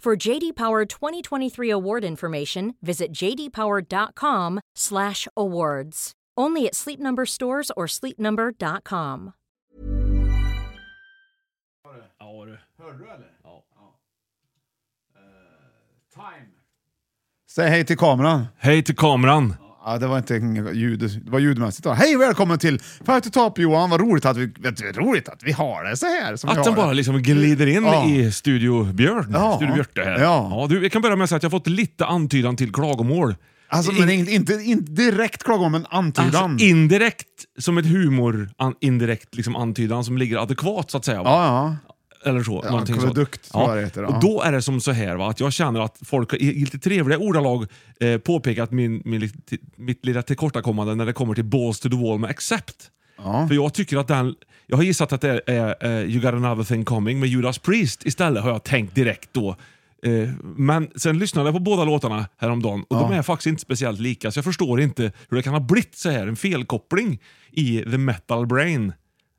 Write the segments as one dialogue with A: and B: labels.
A: For JD Power 2023 award information, visit jdpower.com/awards. Only at Sleep Number stores or sleepnumber.com.
B: Ja du.
C: Hörde du eller? Ja. Eh, time.
D: Säg hej till kameran.
B: Hej till kameran.
D: Ja, det var inte ljud, det var ljudmässigt. Då. Hej välkommen till Fight to Top Johan. Vad roligt att vi, vet du, roligt att vi har det så här. Som vi
B: Att
D: har
B: den bara
D: det.
B: liksom glider in
D: Ja.
B: i Studio Björn.
D: Ja.
B: Studio Björte här.
D: Ja.
B: du, jag kan börja med att säga att jag har fått lite antydan till klagomål.
D: Alltså, men inte, inte, inte direkt klagomål, men antydan.
B: Alltså indirekt, som ett humor, an, indirekt liksom antydan som ligger adekvat så att säga. va?
D: ja, ja.
B: Eller så.
D: Ja,
B: någonting sånt.
D: akvedukt tror jag det heter, ja.
B: Och då är det som så här va, att jag känner att folk i i lite trevliga ordalag eh, påpekat min, min, li- mitt lilla tillkortakommande när det kommer till Balls to the wall med Accept.
D: Ja.
B: För jag tycker att den... Jag har gissat att det är eh, You got another thing coming med Judas Priest istället, har jag tänkt direkt då. Eh, men sen lyssnade jag på båda låtarna häromdagen och de är faktiskt inte speciellt lika, så jag förstår inte hur det kan ha blivit så här en felkoppling i the metal brain.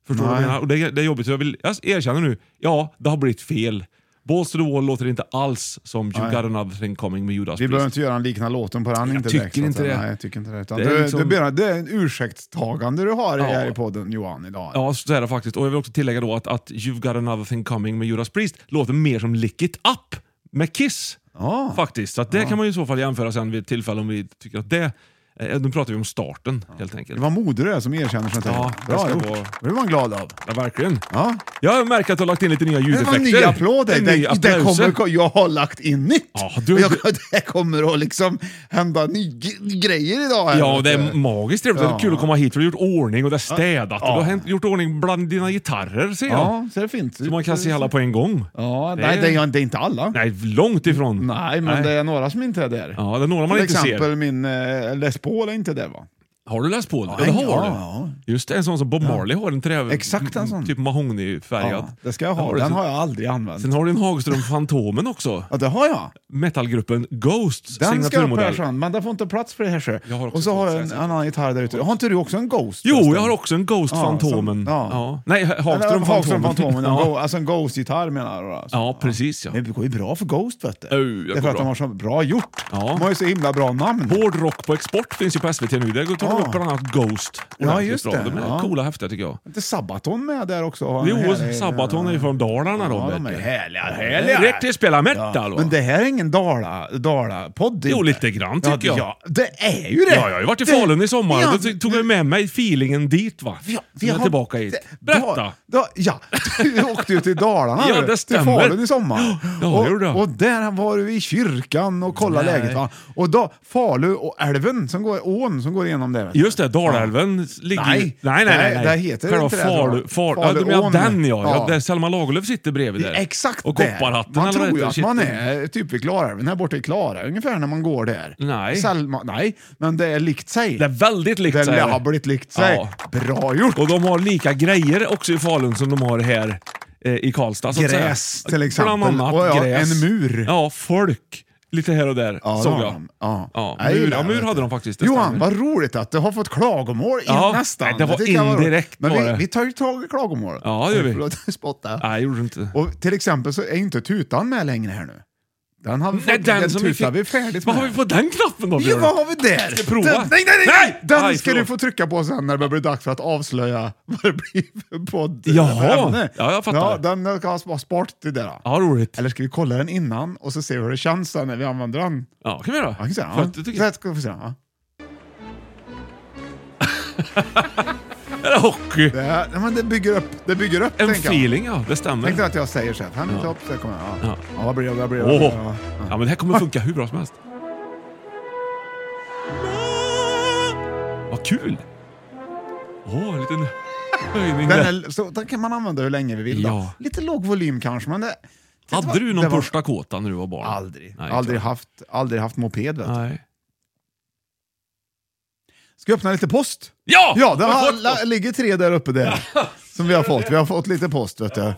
B: Förstår du vad jag
D: Nej.
B: menar? Och det, det är jobbigt, så jag, vill, jag erkänner nu, ja, det har blivit fel. Balls to the wall låter inte alls som You
D: Nej.
B: got another thing coming med Judas
D: Vi behöver
B: Priest.
D: inte göra en liknande låten på den.
B: Jag
D: inte
B: tycker
D: direkt, så att
B: inte
D: säga.
B: det.
D: Nej, jag tycker inte det. Utan
B: Det
D: det,
B: är
D: är
B: liksom-
D: det, blir- det är en ursäktstagande du har
B: Ja.
D: här i podden Johan idag.
B: Ja, så är det faktiskt. Och jag vill också tillägga då att, att You've got another thing coming med Judas Priest låter mer som Lick it up med Kiss.
D: Ja.
B: Faktiskt. Så att det
D: Ah.
B: kan man ju i så fall jämföra sen vid ett tillfälle om vi tycker att det... Eh, nu pratar vi om starten helt enkelt.
D: Ah. Det var moder det som erkänner sånt här.
B: Ja, det
D: Bra
B: ska
D: gjort.
B: vara-
D: Det blir man glad av.
B: Ja, verkligen.
D: Ja.
B: Jag märker att du har lagt in lite nya
D: Det var
B: ljudeffekter.
D: en ny applåd. Det,
B: En ny
D: det, det
B: applås.
D: kommer, jag har lagt in nytt.
B: Ja, du-
D: Och jag, det kommer att liksom hända ny, g- grejer idag. Här,
B: Ja,
D: vet
B: det är
D: du.
B: magiskt trevligt. Det är
D: Ja.
B: kul att komma hit för du har gjort ordning och det är städat. Och
D: Ja.
B: du har hänt- gjort ordning bland dina gitarrer ser jag.
D: Ja, så är det fint.
B: Så man kan se alla på en gång.
D: Ja,
B: Det
D: nej,
B: är-
D: det är, det är inte alla. Nej,
B: Nej, långt ifrån.
D: men det är några som inte är där.
B: Ja, det är några man
D: Till
B: inte ser.
D: exempel min eh, Les Paul är inte där va?
B: Har du läst på? Ja,
D: Ja,
B: det har
D: ja,
B: du.
D: ja.
B: Just det, en sån som Bob Marley har. En trä...
D: Exakt en
B: m-
D: sån.
B: Typ mahognifärgad.
D: Ja, det ska jag
B: Där
D: ha.
B: du
D: Den
B: sen-
D: har jag aldrig använt.
B: Sen har du en Hagström Fantomen också.
D: Ja, det har jag.
B: Metalgruppen
D: Den
B: Ghosts
D: ska jag ha
B: signaturmodell.
D: Persson, men den får inte plats för det här så.
B: Jag har också
D: Och så har
B: Ghost,
D: jag en
B: jag ser.
D: annan gitarr där ute. Har inte du också en Ghost?
B: Jo,
D: förresten?
B: jag har också en Ghost
D: Ja,
B: Fantomen.
D: som- ja.
B: Nej, Ha-
D: Eller,
B: Hagström
D: Hagström
B: Fantomen.
D: Fantomen. en
B: ja.
D: Go- Alltså en Ghost-gitarr menar du? Alltså.
B: ja, precis ja.
D: Det går ju bra för Ghost vet du.
B: jag
D: det
B: går
D: är för att
B: bra.
D: de har så bra gjort.
B: Ja.
D: De har ju så himla bra namn.
B: Hård rock på export finns ju på SVT nu. Där tar de
D: Ja.
B: upp bland annat Ghost.
D: Ah. Ja,
B: ordentligt
D: just
B: bra.
D: det.
B: De är
D: Ja.
B: coola häftiga tycker jag.
D: Är inte Sabaton med där också? Har en
B: Jo, och
D: härlig-
B: Sabaton är ju från Dalarna då.
D: Ja,
B: vet
D: de är
B: du.
D: härliga,
B: Det
D: härliga.
B: är Riktigt spela metal. va?
D: Men det här är ingen Dala- Dala-podd.
B: Jo,
D: inte.
B: lite grann tycker
D: ja,
B: jag.
D: Ja, det är ju det!
B: Ja, jag har ju varit i
D: Det-
B: Falun i sommar
D: Ja,
B: och då t- tog jag med mig feelingen dit va.
D: vi-
B: Vi är
D: har-
B: tillbaka hit.
D: det-
B: Berätta!
D: Da, da, ja, du åkte ju till Dalarna
B: Ja,
D: du,
B: det
D: till
B: stämmer.
D: Falun i sommar.
B: Ja, jag gjorde det.
D: och, och där var du i kyrkan och kollade
B: Nej.
D: läget. Va? Och då, Falu och älven, som går, ån som går igenom där. vet du.
B: Just det, Dalälven ligger
D: Nej.
B: ju- nej, nej, nej, nej.
D: Det heter
B: Själva
D: inte det, tror
B: Falu...
D: jag.
B: Fal, ja, du menar
D: Faluån.
B: den ja. ja.
D: Ja.
B: Där Selma Lagerlöf sitter bredvid
D: Det
B: där.
D: är Exakt
B: Och
D: där.
B: kopparhatten
D: Man
B: eller vad
D: tror ju
B: heter
D: att
B: det?
D: man
B: Shit.
D: är typ vid Klarälven, här borta i Klara ungefär, när man går där.
B: Nej.
D: Selma, nej, men det är likt sig.
B: Det är väldigt likt
D: Det
B: så här.
D: är labbligt likt sig.
B: Ja.
D: Bra gjort!
B: Och de har lika grejer också i Falun som de har här eh, i Karlstad. så att säga.
D: Gräs, till exempel.
B: Bland annat
D: Och ja,
B: gräs.
D: en mur.
B: Ja, folk. Lite här och där,
D: Ja, det
B: såg
D: har
B: jag.
D: de. Ja.
B: Ja,
D: Jag
B: mur,
D: gillar
B: ja,
D: det,
B: mur
D: vet
B: hade
D: du.
B: de faktiskt. det
D: Johan,
B: stämmer.
D: vad roligt att du har fått klagomål in,
B: Ja,
D: nästan.
B: nej, det var
D: tycker jag roligt.
B: indirekt
D: Men
B: var
D: vi,
B: det.
D: vi tar ju tag i klagomål.
B: Ja, det gör vi.
D: Förlåt, jag spottade.
B: Nej, jag gjorde inte.
D: Och till exempel så är inte tutan med längre här nu. Den har vi fått,
B: Nej,
D: den,
B: den, som vi
D: tutar
B: fick...
D: vi, färdigt
B: Vad
D: med.
B: har vi på den knappen då,
D: Ja,
B: Björn?
D: vad har vi där?
B: Ska prova?
D: Den, nej, nej, nej! nej!
B: Nej!
D: Den
B: Aj,
D: ska
B: förlåt.
D: du få trycka på sen när det börjar bli dags för att avslöja vad det blir för podd.
B: Jaha.
D: för ämne.
B: Ja, jag fattar.
D: Ja, den ska ha sparat det där.
B: Ja, roligt.
D: Eller ska vi kolla den innan och så se hur det känns sen när vi använder den?
B: Ja, kan vi göra.
D: Ja, kan vi säga,
B: För
D: ja.
B: att jag tycker-
D: Så här ska vi få se. Ja.
B: Är det hockey?
D: Det, här- nej, men det bygger upp, det bygger upp
B: En
D: tänker jag.
B: feeling, ja. Det stämmer.
D: Tänk dig att jag säger så här, fem minuter upp, så kommer jag. Ja.
B: Ja.
D: ja, vad blir det? Vad blir det?
B: Åh!
D: Vad blir det? Ja.
B: Ja, men det här kommer funka hur bra som helst. Vad kul! Åh, en liten
D: Den,
B: höjning där.
D: är, eh, så, den kan man använda hur länge vi vill. då.
B: Ja.
D: Lite låg volym kanske, men det...
B: Hade du
D: det
B: någon
D: var-
B: första kåta när du var barn?
D: Aldrig.
B: Nej,
D: aldrig,
B: inte.
D: haft, aldrig haft moped. Vet. du.
B: Nej.
D: Ska jag öppna lite post?
B: Ja!
D: Ja, det
B: Jag
D: har,
B: fått
D: la- ligger tre där uppe där. som vi har fått. Vi har fått lite post. Vet du.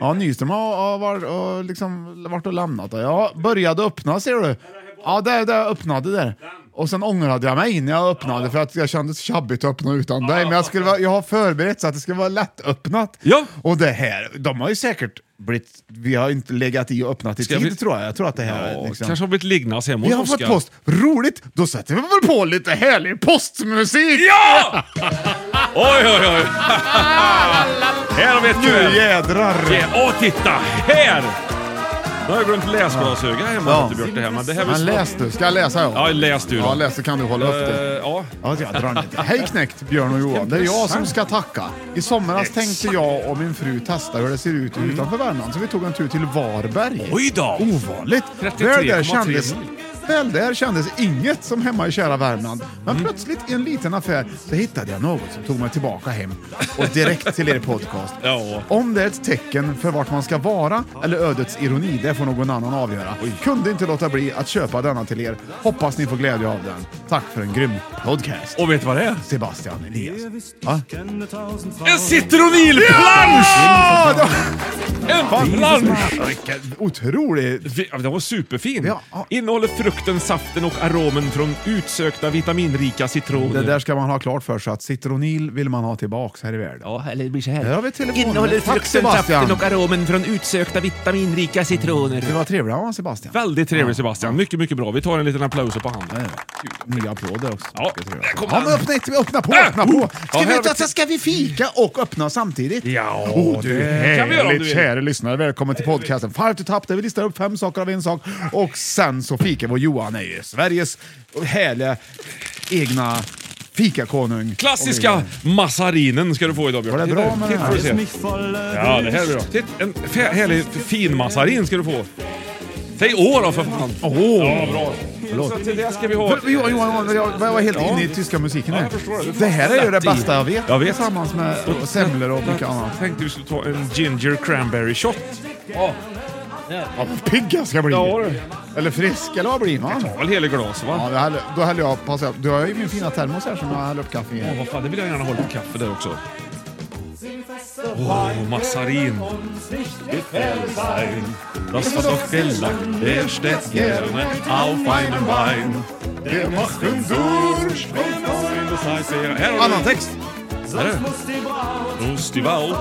D: Ja, Nyström har, har, varit- har liksom varit och lämnat. Ja, började öppna ser du. Ja, där, där öppnade där. Och sen ångrade jag mig när jag öppnade för att jag kände så tjabbigt att öppna utan dig. Men jag, skulle vara, jag har förberett så att det skulle vara lättöppnat.
B: Ja.
D: Och det här, de har ju säkert blivit... Vi har inte legat i och öppnat i
B: Ska
D: tid
B: vi-
D: tror jag. Jag tror att det här
B: Ja,
D: är liksom...
B: Kanske har blivit lignas hemma
D: Vi
B: hos
D: har fått
B: Oskar.
D: post. Roligt! Då sätter vi väl på lite härlig postmusik!
B: Ja! Oj, oj, oj! Här har vi ett
D: Nu
B: kul!
D: jädrar!
B: Ja, Åh, titta! Här! Nu har jag glömt läsglasöga hemma.
D: Ja.
B: Ja. Björk, det här, men det här är
D: Men
B: väl
D: läs du, ska jag läsa?
B: Ja, läs du då.
D: Ja, läs så kan du hålla upp
B: Eh,
D: det.
B: ja.
D: Ja, jag drar inte. Hej knäckt Björn och Johan. Det är jag som ska tacka. I somras tänkte jag och min fru testa hur det ser ut utanför Värmland, så vi tog en tur till Varberg.
B: Mm. Oj då!
D: Ovanligt! Väl där
B: 33,3
D: kändes...
B: mil.
D: Väl där kändes inget som hemma i kära Värmland. Men
B: Mm.
D: plötsligt i en liten affär så hittade jag något som tog mig tillbaka hem och direkt till er podcast.
B: Ja.
D: Om det är ett tecken för vart man ska vara eller ödets ironi, det får någon annan avgöra. Kunde inte låta bli att köpa denna till er. Hoppas ni får glädje av den. Tack för en grym podcast.
B: Och vet du vad det är?
D: Sebastian Eliasson. Va?
B: En citronilplansch!
D: Ah, det var- Ah,
B: En plansch!
D: Vilken otrolig...
B: Vi- ja, Den var superfin.
D: Ja, ja.
B: Innehåller frukten, saften och aromen från utsökta vitaminrika citroner.
D: Det där ska man ha klart för sig att citronil vill man ha tillbaks här i världen.
B: Ja, eller det blir så
D: Här
B: här.
D: har vi telefonen.
B: Innehåller
D: Tack,
B: frukten,
D: Sebastian.
B: saften och aromen från utsökta vitaminrika citroner.
D: Det var trevligt va, Sebastian?
B: Väldigt trevligt Sebastian. Mycket, mycket bra. Vi tar en liten applåd på handen.
D: Nya applåder också.
B: Ja,
D: Det är trevligt.
B: där kom
D: ja men
B: den.
D: öppna, inte- öppna på,
B: Äh,
D: öppna
B: oh.
D: på!
B: Ja,
D: Ska vi,
B: här har vi-
D: alltså, ska vi fika och öppna samtidigt?
B: Ja,
D: oh, du,
B: det kan vi göra om du
D: Härligt,
B: vill.
D: kära lyssnare. Välkommen till podcasten Five to Top där vi listar upp fem saker av en sak. Och sen så fikar vi. Och Johan är ju Sveriges härliga egna fikakonung.
B: Klassiska massarinen ska du få idag Björn.
D: Var det bra med den
B: Titta,
D: här?
B: titta, får du se. Ja, det här är bra. Titta, en fä- härlig fin massarin ska du få. Säg åh då för fan. Åh! Ja, bra. Så till det ska vi ha...
D: För- Johan, Johan, Johan, jag jag var helt
B: Ja.
D: inne i tyska musiken
B: Ja,
D: här.
B: jag förstår det.
D: det här är ju det bästa jag vet.
B: Jag vet.
D: Tillsammans med semlor och mycket annat.
B: Tänkte vi skulle ta en ginger cranberry shot. Ja,
D: Ja, vad pigg jag ska bli!
B: Ja, du.
D: Eller frisk, eller vad blir man?
B: väl hela glas va?
D: Ja, det här, då häller jag, passa, upp. du har ju min fina termos här som jag häller upp kaffe
B: Åh,
D: i.
B: vad fan, det vill jag gärna hålla på kaffe där också. Åh, oh, massarin. Lass oss auf Fälla, erstät gerne auf einen Wein.
D: Det måste durch.
B: Här har
D: Annan text.
B: vi- här är det. Prost i Wald.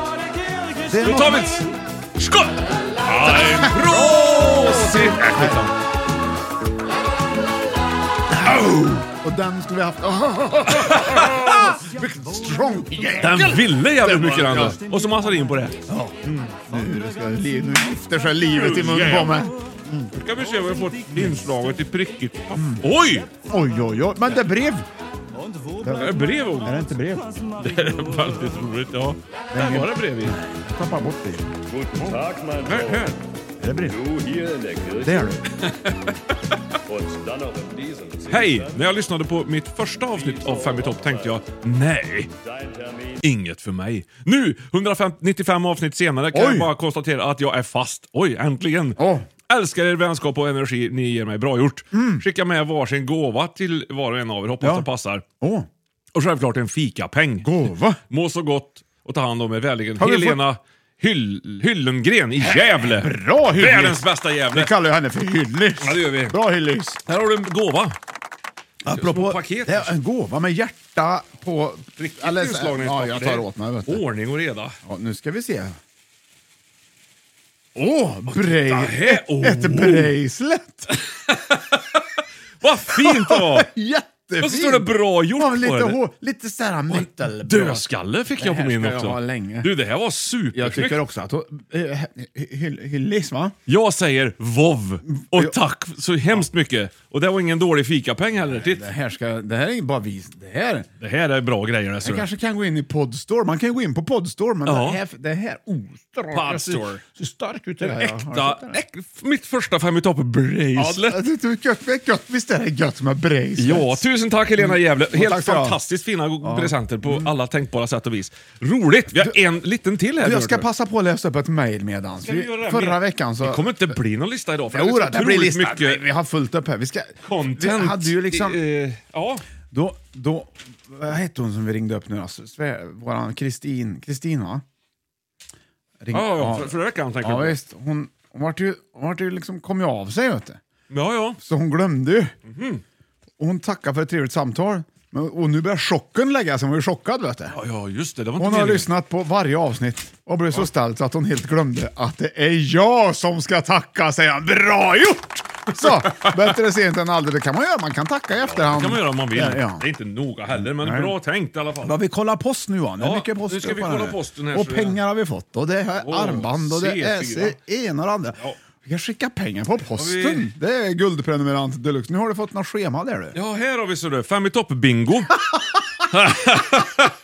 D: Det
B: Då tar vi ett skott! Ein Prosit! Äh, skitsamma.
D: Och den skulle vi haft. Vilken strong jävel!
B: Den ville jävligt mycket den där. Och så massarin på det.
D: Nu, det ska li- nu gifter sig livet i munnen på mig.
B: Nu ska vi se vad vi får inslaget i prickigt
D: Mm.
B: papper. Oj!
D: Oj, oj, oj. Men det är brev!
B: Det är brev också.
D: det inte brev?
B: Det är väldigt roligt. Ja. Där var det brev i.
D: Tappa bort det.
C: Guten Tag, mein
B: Här, här.
D: Är det brev?
C: Du hier in der Kirche
D: Det är det.
C: und dann noch in diesem Zimmer.
B: Hej! När jag lyssnade på mitt första avsnitt av Fem i topp tänkte jag nej,
C: Dein Termin.
B: inget för mig. Nu, 195 avsnitt senare, kan
D: Oj.
B: jag bara konstatera att jag är fast. Oj, äntligen!
D: Åh.
B: Älskar er vänskap och energi ni ger mig. Bra gjort! Skicka med varsin gåva till var och en av er, hoppas
D: Mm. Ja.
B: det passar.
D: Åh,
B: Och självklart en fikapeng.
D: gåva!
B: Må så gott och ta hand om er. Vänligen
D: Har vi
B: Helena Hyll, Hyllengren i Gävle.
D: Bra Hyllis!
B: Världens bästa
D: Vi
B: Gävle.
D: kallar ju henne för Hyllis.
B: Ja, det gör vi.
D: Bra Hyllis.
B: Här har du en gåva.
D: Apropå,
B: paket
D: det är en gåva med hjärta på...
B: Riktigt
D: Eller-
B: utslagningspapper.
D: Ja, jag tar åt mig. Vet du.
B: Ordning och reda.
D: Ja, nu ska vi se. Åh, brej,
B: här. Oh.
D: ett bracelet!
B: Vad fint det var!
D: Jättefint!
B: Och så står det bra gjort
D: ja, men
B: på
D: lite,
B: den.
D: hår, lite såhär metal.
B: Dödskalle fick
D: Det
B: jag på
D: här
B: min
D: ska jag
B: också.
D: ha länge.
B: Du, det här var supersnyggt.
D: Jag
B: Jag,
D: tycker också att hon... eh, hyll- Hyllis, va?
B: säger vov och
D: Jag-
B: tack så hemskt mycket. Och det var ingen dålig fikapeng heller. Titt.
D: Det här, ska, det här är ju bara vi... Det här...
B: Det här är bra grejer. alltså. Det, ser
D: Jag
B: du.
D: kanske kan gå in i Podstore. Man kan ju gå in på Podstore, men
B: Ja.
D: det här... Det här oh, stark.
B: Podstore.
D: Det ser starkt ut det här.
B: Äkta, äk, mitt första fem i topp bracelet.
D: Ja, det är gött, det är gött. Visst är det gött med bracelets?
B: Ja, tusen tack Helena Gävle.
D: Ja, Mm. tack
B: Helt
D: ska du ha. Mm.
B: fantastiskt fina presenter på alla tänkbara sätt och vis. Roligt! Vi har en liten till här.
D: Jag ska
B: hörde du.
D: passa på att läsa upp ett mejl medans.
B: Ska vi göra det?
D: Förra
B: Men-
D: veckan så...
B: Det kommer inte bli någon lista idag. För
D: Jodå,
B: det, är så
D: det blir
B: otroligt
D: listan.
B: mycket
D: Vi har fullt upp här. Vi ska...
B: content.
D: Vi hade ju
B: Det,
D: liksom...
B: eh, ja.
D: Då, då, vad hette hon som vi ringde upp nu då? Sve- Våran Kristin, Kristin va? Ring,
B: Ja, ja, för- förra veckan tänker
D: Ja
B: jag på.
D: visst, hon, hon vart ju, hon vart ju liksom, kom ju av sig vet du.
B: ja, ja.
D: Så hon glömde ju.
B: Mhm.
D: Och hon tackade för ett trevligt samtal. Men, och nu börjar chocken lägga sig, hon var ju chockad vet du.
B: Ja, ja, just det. det var inte
D: Hon har
B: meningen.
D: lyssnat på varje avsnitt och blev så ställd så att hon helt glömde att det är jag som ska tacka, säger han. Bra gjort! Så, bättre sent än aldrig. Det kan man göra, man kan tacka i efterhand.
B: Det kan man göra om man vill.
D: Ja, ja.
B: Det är inte noga heller, men
D: Nej.
B: bra tänkt i alla fall.
D: Vad vi kollar post nu va? Det är
B: Ja,
D: mycket post
B: nu ska
D: upp
B: vi
D: här
B: kolla
D: nu.
B: posten här,
D: Och
B: så det-
D: pengar har vi fått och det är
B: Åh,
D: armband och det är
B: C4.
D: se- ena och det andra.
B: Ja.
D: Vi kan skicka pengar på posten.
B: Har vi-
D: Det är guldprenumerant deluxe. Nu har du fått något schema där du.
B: Ja, här har vi så du. Fem i topp-bingo.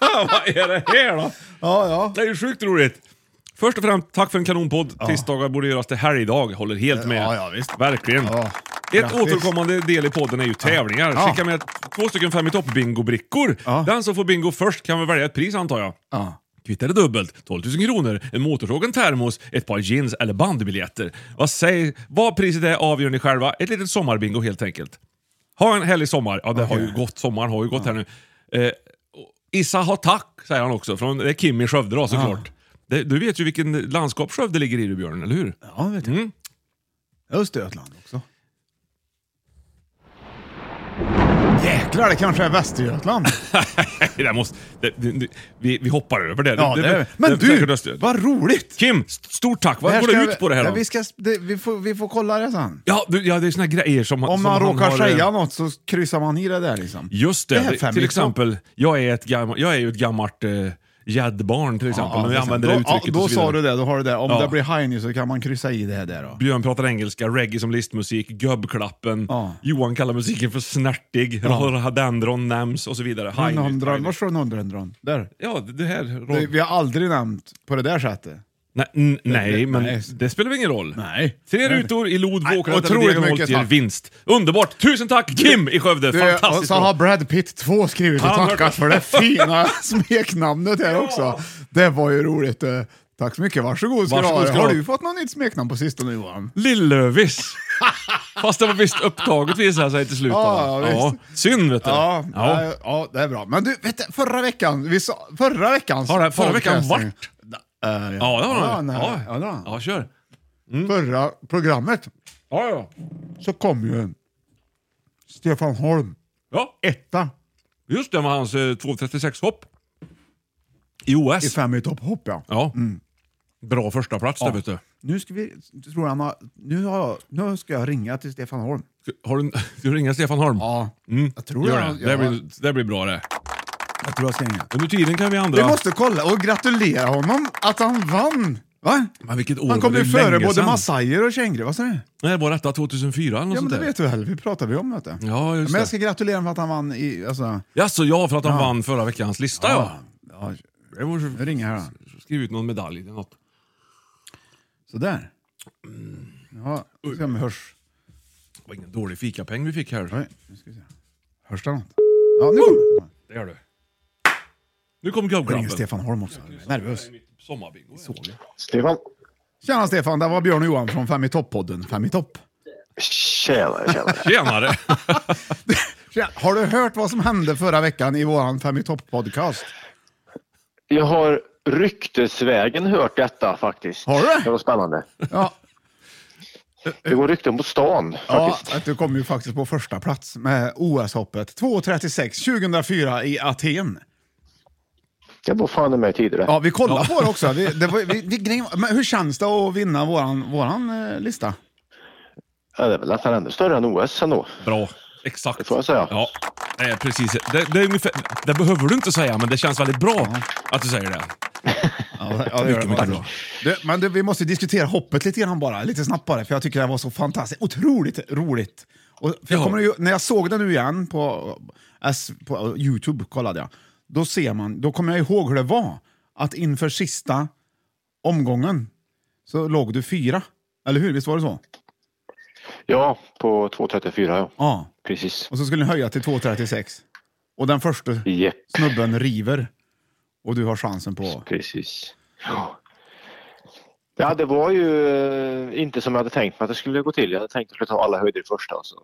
B: Vad är det här då?
D: Ja, ja.
B: Det är ju sjukt roligt. Först och främst, tack för en kanonpodd. Tisdagar borde göras till helgdag. Håller helt med.
D: Ja, ja, visst.
B: Verkligen.
D: Ja,
B: Ett
D: grattis.
B: återkommande del i podden är ju tävlingar.
D: Ja.
B: Skicka med två stycken Fem i topp-bingo-brickor.
D: Ja.
B: Den som får bingo först kan väl välja ett pris antar jag.
D: ja.
B: Kvittar det dubbelt, 12 000 kronor, en motorsåg, en termos, ett par jeans eller bandbiljetter. Vad, säg, vad priset är avgör ni själva. Ett litet sommarbingo helt enkelt. Ha en härlig sommar. Ja, det har ju gått. Sommaren har ju gått här nu. Eh, och Issa ha tack, säger han också. Från, det är Kim i Skövde då, såklart. Det, du vet ju vilken landskap Skövde ligger i du, Björn, eller hur?
D: Ja, vet du.
B: Mm.
D: Östergötland också. Jäklar, det kanske är Västergötland.
B: Det där måste, det, det, det, vi, vi hoppar över det.
D: Ja, det är,
B: det
D: men
B: är säkert
D: du,
B: Östergötland.
D: vad roligt!
B: Kim, st- stort
D: här
B: tack. Vad går
D: ska
B: det
D: jag-
B: ut på det här
D: ja,
B: då?
D: vi, ska, det, vi, får, vi får kolla det sen.
B: Ja, du, ja, det är såna grejer som
D: Om
B: som
D: man
B: han
D: råkar
B: har, eh,
D: säga något så kryssar man i det där liksom.
B: Just det.
D: Det här
B: Det-
D: fem
B: till
D: i
B: exempel, jag är, ett gammalt, jag är ju ett gammalt eh, gäddbarn till exempel.
D: Ja,
B: när
D: ja,
B: jag använder det
D: då, ja,
B: uttrycket
D: Då
B: och så vidare.
D: sa du det, då har du det. Om
B: Ja.
D: det blir heiny så kan man kryssa i det här där då.
B: Björn pratar engelska, reggae som listmusik, gubbklappen.
D: Ja.
B: Johan kallar musiken för snärtig, rhododendron nämns och så vidare. High
D: Hundra,
B: High
D: var står hundrundran? Där.
B: Ja, det det här... Rod...
D: Det, vi har aldrig nämnt på det där sättet.
B: Nej, n- nej,
D: det-
B: men
D: nej.
B: det spelar väl ingen roll.
D: Nej.
B: Tre rutor i lod,
D: Nej,
B: Våkranta,
D: otroligt mycket
B: Degerholt ger
D: tack.
B: vinst. Underbart! Tusen tack Kim i Skövde!
D: Du, och
B: Fantastiskt
D: så
B: bra.
D: har Brad Pitt 2 skrivit och
B: Han har-
D: tackat för det fina smeknamnet här också. Det var ju roligt. eh. Tack så mycket, varsågod ska du
B: Varsågod
D: ha.
B: ska du
D: Har
B: ha.
D: du fått något nytt smeknamn på sistone Johan?
B: Lillövis. Fast det var visst upptaget visade sig till slut.
D: Ja,
B: va?
D: ja,
B: Synd vet du.
D: Ja,
B: Ja.
D: ja. ja, det är bra. Men du, vet du, förra veckan, vi sa, förra veckans
B: Har det- förra veckan
D: podcasting-
B: vart?
D: Eh,
B: Ja, det har
D: nej,
B: Ja, Mm.
D: ja, det har han.
B: ja, kör.
D: Förra programmet
B: Ja, ja.
D: så kom ju en Stefan Holm,
B: ja,
D: etta
B: just det. var hans eh, 2.36-hopp. I OS.
D: i fem Mm. i topphopp ja.
B: Ja. Bra första plats där vet du.
D: Nu ska vi, tror jag, han har- nu, har jag, nu ska jag ringa till Stefan Holm.
B: Har du, ska du ringa Stefan Holm?
D: Ja,
B: Mm.
D: jag tror
B: Gör
D: jag-
B: det. Det,
D: jag-
B: blir, det blir bra det.
D: jag tror jag ska ringa.
B: Under tiden kan vi andra...
D: Vi måste kolla och gratulera honom att han vann! Va?
B: Men vilket år
D: Han kom
B: var
D: ju
B: det
D: före
B: länge
D: både
B: sedan.
D: massajer och kängor, vad sa du?
B: Nej, bara detta 2004 eller något
D: Ja men
B: sånt
D: det
B: där.
D: vet du väl, vi pratade vi om vet du.
B: Ja, just
D: men
B: det.
D: jag ska gratulera honom för att han vann i... Alltså,
B: Jaså, ja, för att han vann förra veckans lista ja.
D: ja,
B: Jag måste
D: jag ringer här då.
B: skriva ut någon medalj eller något.
D: Sådär. Ja, se om hörs.
B: Det var ingen dålig fikapeng vi fick här.
D: Oj, nu ska vi se. Hörs det något? Ja, nu kommer det.
B: Det gör du. Nu kom
D: Jag ringer
B: gubbklappen.
D: Stefan Holm också. Jag är nervös.
B: Sommarbingo.
E: Stefan.
D: Tjena Stefan, det var Björn och Johan från Fem i topp-podden. Fem i topp.
E: Tjena, tjena.
B: Tjenare!
D: Tjena. Har du hört vad som hände förra veckan i våran Fem i topp-podcast?
E: Jag har ryktesvägen hört detta faktiskt.
D: Har du det?
E: Det var spännande.
D: Ja,
E: Det går rykten på stan
D: ja
E: faktiskt.
D: att du kom ju faktiskt på första plats med OS-hoppet. 2.36 2004 i Aten.
E: Det var fan i mig tidigare.
D: Ja, vi kollade på det också. Vi, det var, vi, vi, grejen var- men hur känns det att vinna våran, våran eh, lista?
E: Ja, det är väl nästan ännu större än OS ändå.
B: Bra. Exakt.
E: Det får jag säga.
B: Ja, eh, precis. Det, det, är ungefär, det behöver du inte säga, men det känns väldigt bra att du säger det.
D: Ja, ja, det gör det.
B: mycket bra.
D: Du, men du, vi måste diskutera hoppet lite grann bara, lite snabbare, för jag tycker det här var så fantastiskt. Otroligt roligt. Och, för jag
B: Ja.
D: kommer ju, när jag såg det nu igen på, S, på Youtube, kollade jag, då ser man, då kommer jag ihåg hur det var. Att inför sista omgången så låg du fyra. Eller hur? Visst var det så?
E: Ja, på 2.34 ja.
D: Ja.
E: Precis.
D: Och så skulle ni höja till 2.36. Och den första
E: Jepp,
D: snubben river. Och du har chansen på...
E: precis. Ja. Ja, det var ju eh, inte som jag hade tänkt mig att det skulle gå till. Jag hade tänkt att jag skulle ta alla höjder i första och så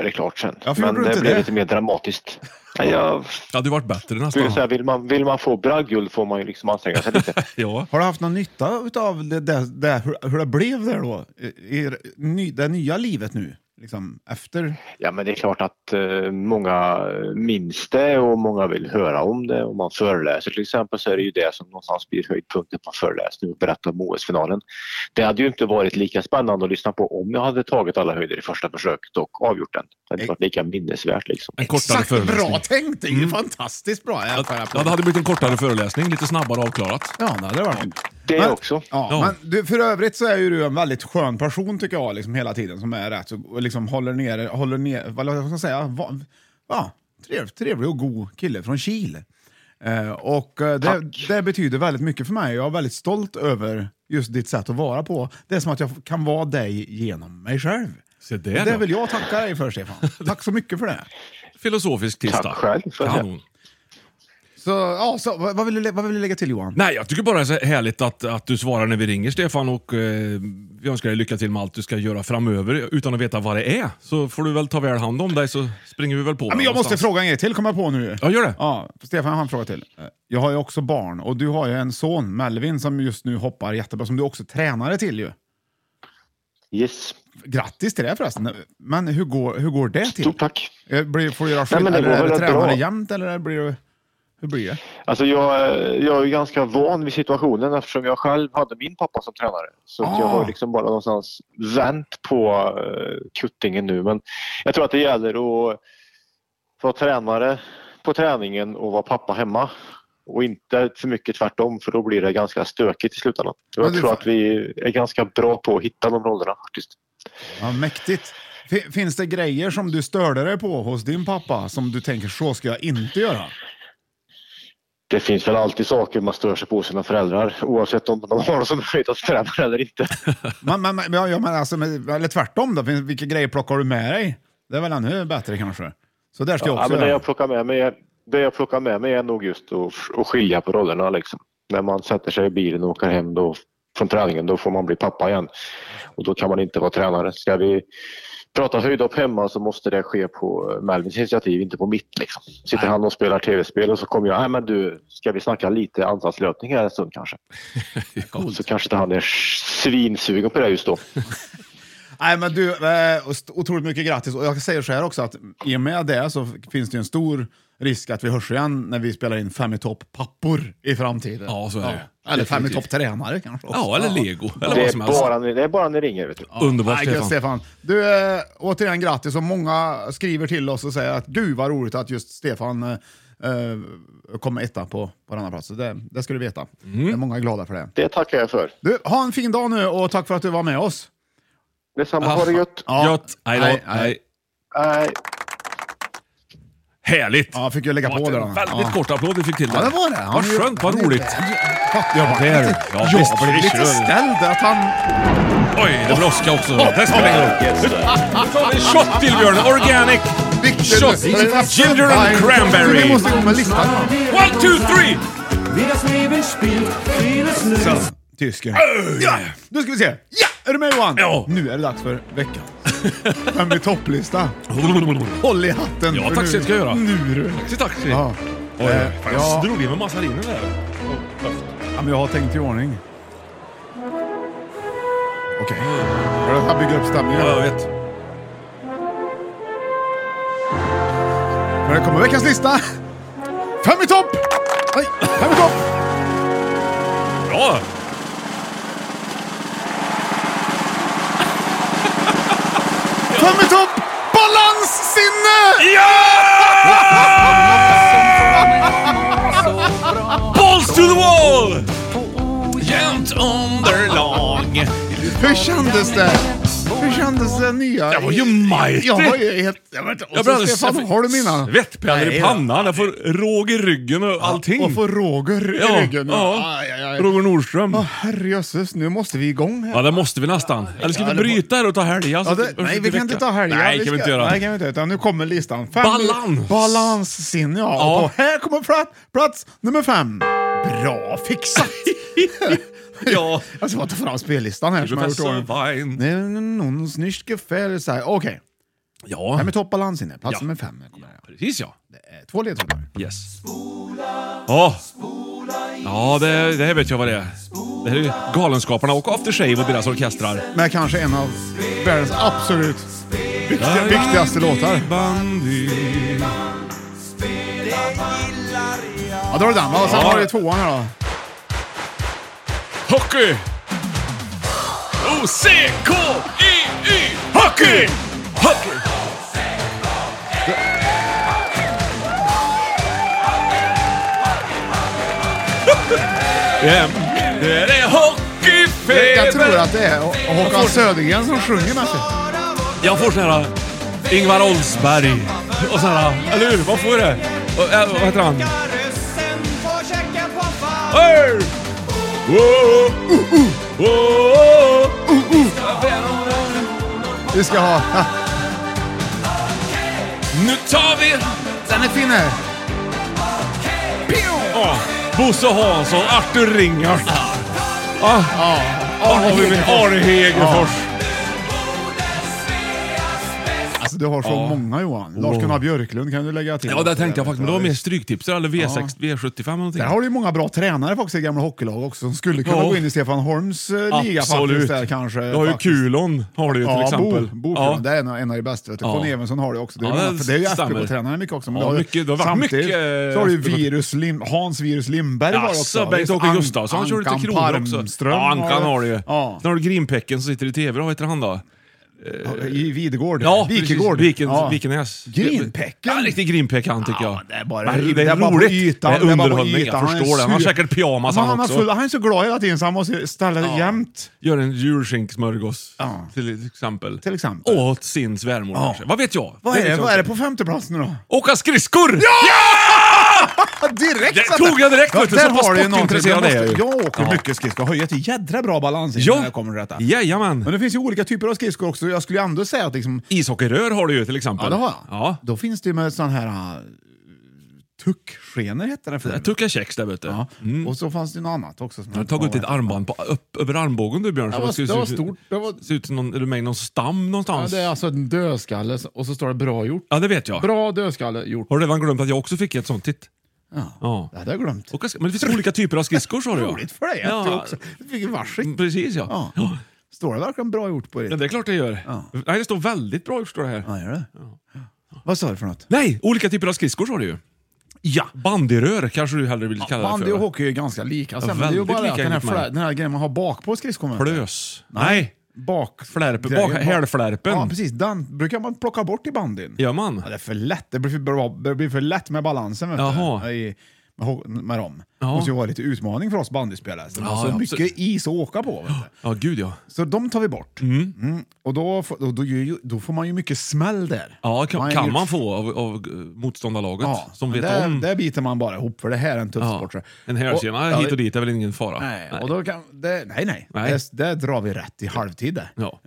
E: är det klart sen.
D: Varför
E: Men
D: gjorde
E: det
D: du inte
E: blev
D: det?
E: lite mer dramatiskt. Ja, jag
B: Det hade ju varit bättre
E: vill,
B: nästan.
E: säga, vill, man, vill man få bragdguld får man ju liksom anstränga sig lite.
B: Ja.
D: Har du haft någon nytta av det, det, det, hur, hur det blev där då? I, i ny, det nya livet nu? Liksom efter?
E: Ja, men det är klart att eh, många minns det och många vill höra om det. Om man föreläser till exempel så är det ju det som någonstans blir höjdpunkten på föreläsningen och berätta om OS-finalen. Det hade ju inte varit lika spännande att lyssna på om jag hade tagit alla höjder i första försöket och avgjort den. Det hade inte varit lika minnesvärt liksom.
B: En kortare föreläsning.
D: bra tänkt! Det är ju fantastiskt bra. Jag får en
B: Ja,
D: applåd.
B: det hade blivit en kortare föreläsning, lite snabbare avklarat.
D: Ja, det hade det varit.
E: Det
D: Men-
E: också.
D: Ja,
B: Ja.
D: Men du, för övrigt så är ju du en väldigt skön person tycker jag, liksom hela tiden, som är rätt så, och liksom håller ner, håller ner, vad ska jag säga, va, ja, trevlig, trevlig och god kille från Kil. Eh, och eh, det, det betyder väldigt mycket för mig, jag är väldigt stolt över just ditt sätt att vara på. Det är som att jag kan vara dig genom mig själv.
B: Se
D: Och
B: där
D: det
B: då.
D: vill jag tacka dig för Stefan. Tack så mycket för det.
B: Filosofisk tisdag.
E: Tack själv för det.
B: Kanon.
D: Så, ja, så, vad, vad, vill du, lä- vad vill du lägga till Johan?
B: Nej, jag tycker bara det är så härligt att, att du svarar när vi ringer Stefan och eh, vi önskar dig lycka till med allt du ska göra framöver utan att veta vad det är. Så får du väl ta väl hand om dig så springer vi väl på
D: Ja, men jag måste
B: någonstans.
D: fråga en grej till, kommer jag på nu.
B: Ja, gör det.
D: Ja, Stefan, jag har en fråga till. Eh, Jag har ju också barn och du har ju en son, Melvin, som just nu hoppar jättebra, som du också är tränare till ju.
E: Yes,
D: Grattis till det förresten. Men hur går, hur går det till?
E: stort tack.
D: Eh, Blir, får du göra
E: Nej, men
D: skillnad?
E: det
D: Eller
E: går
D: är
E: väl
D: du
E: rätt
D: tränare
E: bra.
D: jämt eller blir du, hur blir det?
E: Alltså jag, eh, jag är ju ganska van vid situationen eftersom jag själv hade min pappa som tränare. Så att jag
D: Ah.
E: har liksom bara någonstans vänt på eh, kuttingen nu. Men jag tror att det gäller att vara tränare på träningen och vara pappa hemma. Och inte för mycket tvärtom för då blir det ganska stökigt i slutändan. Och
D: Men
E: Jag
D: du-
E: tror att vi är ganska bra på att hitta de rollerna faktiskt.
D: Ja, mäktigt. Fi- Finns det grejer som du störde dig på hos din pappa som du tänker så ska jag inte göra?
E: Det finns väl alltid saker man stör sig på hos sina föräldrar oavsett om de har dem som höjdhoppstränare eller inte.
D: Men, men, men, ja, ja, men alltså, men, eller tvärtom då, Finns- vilka grejer plockar du med dig? Det är väl ännu bättre kanske? Så där ska jag
E: Ja,
D: också
E: men det,
D: göra.
E: jag plockar med mig, är- det jag plockar med mig är nog just att, att skilja på rollerna. Liksom. När man sätter sig i bilen och åker hem då, från träningen, då får man bli pappa igen. Och då kan man inte vara tränare. Ska vi prata höjdhopp hemma så måste det ske på eh, Melvins initiativ, inte på mitt. Liksom. Sitter han och spelar tv-spel och så kommer jag, nej men du, ska vi snacka lite ansatslöpning här en stund kanske? Så kanske inte han är svinsugen på det just då.
D: Nej, men du, eh, st- otroligt mycket grattis. Och jag säger så här också att i och med det så finns det ju en stor risk att vi hörs igen när vi spelar in Fem i topp-pappor i framtiden.
B: Ja, så är det.
D: Eller Fem i topp-tränare kanske också.
B: Ja, eller lego. Eller
E: Det
B: vad som
E: är
B: helst.
E: bara, ni- det är bara ni ringer. Vet du.
B: Underbart,
D: Nej,
B: Stefan.
D: gud, Stefan. Du, eh, återigen grattis och många skriver till oss och säger att gud vad roligt att just Stefan eh, eh, kom etta på, på andra plats. Så det, det ska du veta.
B: Mm.
D: Det är många glada för det.
E: Det tackar jag för.
D: Du, ha en fin dag nu och tack för att du var med oss.
E: Detsamma, ha det gött.
D: Ja.
B: Gött. Nej, då.
D: Nej,
B: Nej,
D: nej.
E: Hej.
B: Härligt!
D: Ja, fick jag lägga på
B: Det
D: det
B: var
D: då.
B: en väldigt
D: Ja.
B: kort applåd vi fick till
D: Ja, det var det. Han
B: Vad
D: är ju-
B: skönt, vad
D: han är-
B: roligt.
D: Fattar jag
B: Där.
D: bara.
B: Ja,
D: jag
B: visst,
D: blev
B: vi
D: lite
B: kör.
D: ställd att han...
B: Oj, det brådskade också. Det spelar ingen roll.
C: Gets there.
B: Nu tar vi en shot till Björn. Organic. Shot. Ginger and
D: Du, Vi
B: cranberry.
D: måste gå med listan. nu.
B: One, two, three!
D: Så, Tysken. Ja, nu ska vi se. Ja! Är du med Johan?
B: Ja.
D: Nu är det dags för veckan. Vem är topplista? Håll i hatten.
B: Ja,
D: för
B: tack
D: nu-
B: ska jag göra.
D: Nu du.
B: Taxi, taxi.
D: Ja.
B: Oj,
D: Eh,
B: fan, jag
D: ja.
B: drog i mig massariner där.
D: Ja, men men jag har tänkt i ordning. Okej. Okay. Jag bygger upp stämningen.
B: Ja, jag vet.
D: Men det kommer veckans lista. Fem i topp! Nej, fem i topp!
B: Bra!
D: Fem i topp! Balanssinne!
B: Balls to the wall! Jämt underlag.
D: Hur kändes det? Hur kändes det nya?
B: Jag var ju mighty.
D: Jag var ju helt... Jag vet, och
B: Jag
D: så
B: blir alldeles-
D: Stefan
B: jag
D: Holm
B: fick
D: innan.
B: Svettpärlor
D: Nej,
B: i
D: ja.
B: pannan, jag får råg i ryggen och allting.
D: Och få Roger i
B: ja,
D: ryggen.
B: ja.
D: Aj, aj, aj.
B: Roger Nordström.
D: Åh, herrejösses, nu måste vi igång här.
B: Ja, det måste vi nästan. Eller ska vi
D: Ah. Ja, det må-
B: bryta här och ta helg? Alltså,
D: Ja, det, nej, vi kan inte ta helgen.
B: Nej, kan vi inte göra.
D: Nej, kan vi inte, utan nu kommer listan. Fem
B: Balans.
D: Balanssinne, ja.
B: Ja.
D: Och här kommer plats, plats nummer fem. Bra fixat!
B: Ja.
D: Jag ska bara ta fram spellistan här som jag har gjort i
B: Professor
D: ordning.
B: Wein.
D: Det är någon snyggt gefäl så här. Okej,
B: Ja,
D: här med toppbalans inne. Plats
B: Ja.
D: nummer fem. Kommer här.
B: precis ja.
D: Eh, Två ledtrådar.
B: Yes. Ja, ja det, det här vet jag vad det är. Det här är ju Galenskaparna och After Shave och deras orkestrar.
D: Med kanske en av världens absolut viktiga, viktigaste låtar.
B: Bandy.
D: Ja, då var det den va? Och sen
B: Ja.
D: var det tvåan här då.
B: Hockey! O-C-K-E-Y! Hockey! Hockey! Yeah. Det är hockeyfeber!
D: Jag tror att det är Håkan Södergren som sjunger mest.
B: Jag får sån här äh, Ingvar Oldsberg och sån här, eller hur? Vad får det? Och, äh, vad heter han? Hey! Whoa, uh, uh, whoa, uh, uh.
D: Vi ska ha... Ha,
B: Nu tar vi...
D: Den är fin här.
B: Ja, Bosse Hansson, Arthur Ringart. Ah, ah, har vi med Arne Hegerfors.
D: Alltså du har så många Johan. Lars-Gunnar Björklund kan du lägga till.
B: Ja, där tänkte jag faktiskt. Men det var mer stryktipsare eller V6, V75 eller någonting.
D: Där har du ju många bra tränare faktiskt i gamla hockeylag också som skulle kunna
B: Ja.
D: gå in i Stefan Holms eh, liga faktiskt där kanske.
B: Du har ju
D: faktiskt.
B: Kulon, har du ju till
D: Ja,
B: exempel.
D: Bo, Bo
B: Ja.
D: Det är en, av- en av de bästa. Vet du.
B: Ja.
D: Conny Evensson har det också. Det är,
B: Ja,
D: många,
B: det
D: för det är ju
B: stämmer.
D: FBK-tränare mycket också. Men
B: Ja,
D: du har ju-
B: mycket- det har varit
D: samtidigt
B: mycket,
D: så har du ju
B: FBK.
D: virus Lim, Hans Virus Lindberg var det också.
B: Jaså, Bengt-Åke
D: An-
B: Gustafsson kör lite
D: Ankan
B: kronor också.
D: Palmström
B: Ja, Ankan har det ju.
D: Ja.
B: Sen har du Grimpäcken som sitter i tv, vad heter han då?
D: I Videgård.
B: Ja,
D: Vikegård.
B: precis. Viken,
D: Ja.
B: Vikenäs.
D: Grinpäcken?
B: Ja, en riktig Grinpäck han tycker
D: Ja,
B: jag.
D: det är bara,
B: Men det är
D: bara på
B: roligt.
D: ytan.
B: det är
D: bara på
B: underhållning,
D: ytan.
B: jag
D: Han är
B: förstår det. Han har
D: sur.
B: säkert pyjamas
D: Men
B: han
D: han, har
B: också.
D: full- han är så glad hela tiden så han måste ställa det jämt.
B: Gör en julskinksmörgås
D: Ja.
B: till exempel.
D: Till exempel.
B: Åt sin svärmor kanske. Vad vet jag?
D: Vad är
B: vet
D: det,
B: jag
D: Eh, vad är det
B: inte.
D: på femteplats nu då?
B: Åka skridskor! Ja!
D: Ja, direkt!
B: Det
D: satte-
B: tog jag direkt,
D: Ja,
B: vet du.
D: där
B: Så pass
D: har du ju någonting.
B: sportintresserad
D: Jag
B: är jag ju.
D: måste- Jag åker
B: Ja.
D: mycket skridskor. Jag har ju ett jädra bra balans
B: Ja.
D: när det kommer till detta. Men
B: Jajamän.
D: det finns ju olika typer av skridskor också. Jag skulle ju ändå säga att liksom...
B: Ishockeyrör har du ju till exempel.
D: Ja, det har jag.
B: Ja.
D: Då finns det ju med sån här... Uh, tuckskenor hette det förr.
B: Jag tuckar kex där vet du.
D: Ja. Och så fanns det ju något annat också. Som
B: Mm. Har du tagit ut ditt armband på, upp över armbågen du Björn?
D: Det
B: Så
D: var-
B: ser ut-
D: det var
B: ser ut-
D: stort. Det var-
B: Ser ut som någon, är du med i någon stam
D: Ja,
B: någonstans?
D: det är alltså en dödskalle och så står det bra gjort.
B: Ja, det vet jag.
D: Bra dödskalle gjort.
B: Har du redan glömt att jag också fick ett sånt? Titt.
D: Ja.
B: Ja.
D: Det hade jag glömt.
B: Och, ganska- men det finns olika typer av skridskor sa du ja. Mm,
D: Roligt för dig att du också du fick en varsin.
B: Precis ja.
D: Ja. Står det verkligen bra gjort på
B: Ja,
D: det?
B: det är klart det gör. Nej, det står väldigt bra står det här.
D: Ja, gör det? Vad sa du för något?
B: Nej, olika typer av skridskor sa du ju. Ja. Bandyrör kanske du hellre vill kalla det
D: Bandy
B: för.
D: och
B: va?
D: hockey är ju ganska lika. Sen,
B: Ja,
D: men det är ju
B: väldigt
D: bara det att
B: lika
D: den här,
B: enligt mig.
D: flä- den här grejen man har bak på skridskon.
B: Plös. Nej.
D: Bak.
B: Flärpen,
D: grejen
B: bak-
D: bak-
B: hälflärpen.
D: Ja, precis. Den brukar man plocka bort i bandyn.
B: Gör man?
D: Ja, det är för lätt. Det blir för, bra, det blir för lätt med balansen vet
B: Jaha.
D: du. I, med, ho- med dem.
B: Ja.
D: måste ju vara lite utmaning för oss bandyspelare. Så det
B: Ja,
D: måste
B: ja,
D: vara mycket
B: absolut.
D: is att åka på. Vet du.
B: Ja, gud ja.
D: Så de tar vi bort. Mm. Och då, får- då, då, gör ju- då får man ju mycket smäll där.
B: Ja, kan,
D: Man
B: kan
D: gör-
B: man få av, av eh, motståndarlaget
D: Ja,
B: som
D: men
B: vet
D: där,
B: om...
D: Där biter man bara ihop, för det här är en tuff
B: ja.
D: sport. så.
B: En hälsena
D: ja,
B: hit och dit är väl ingen fara?
D: Nej, Och då kan, det, nej, nej.
B: Nej.
D: Det, det drar vi rätt i halvtid. det.
B: Ja.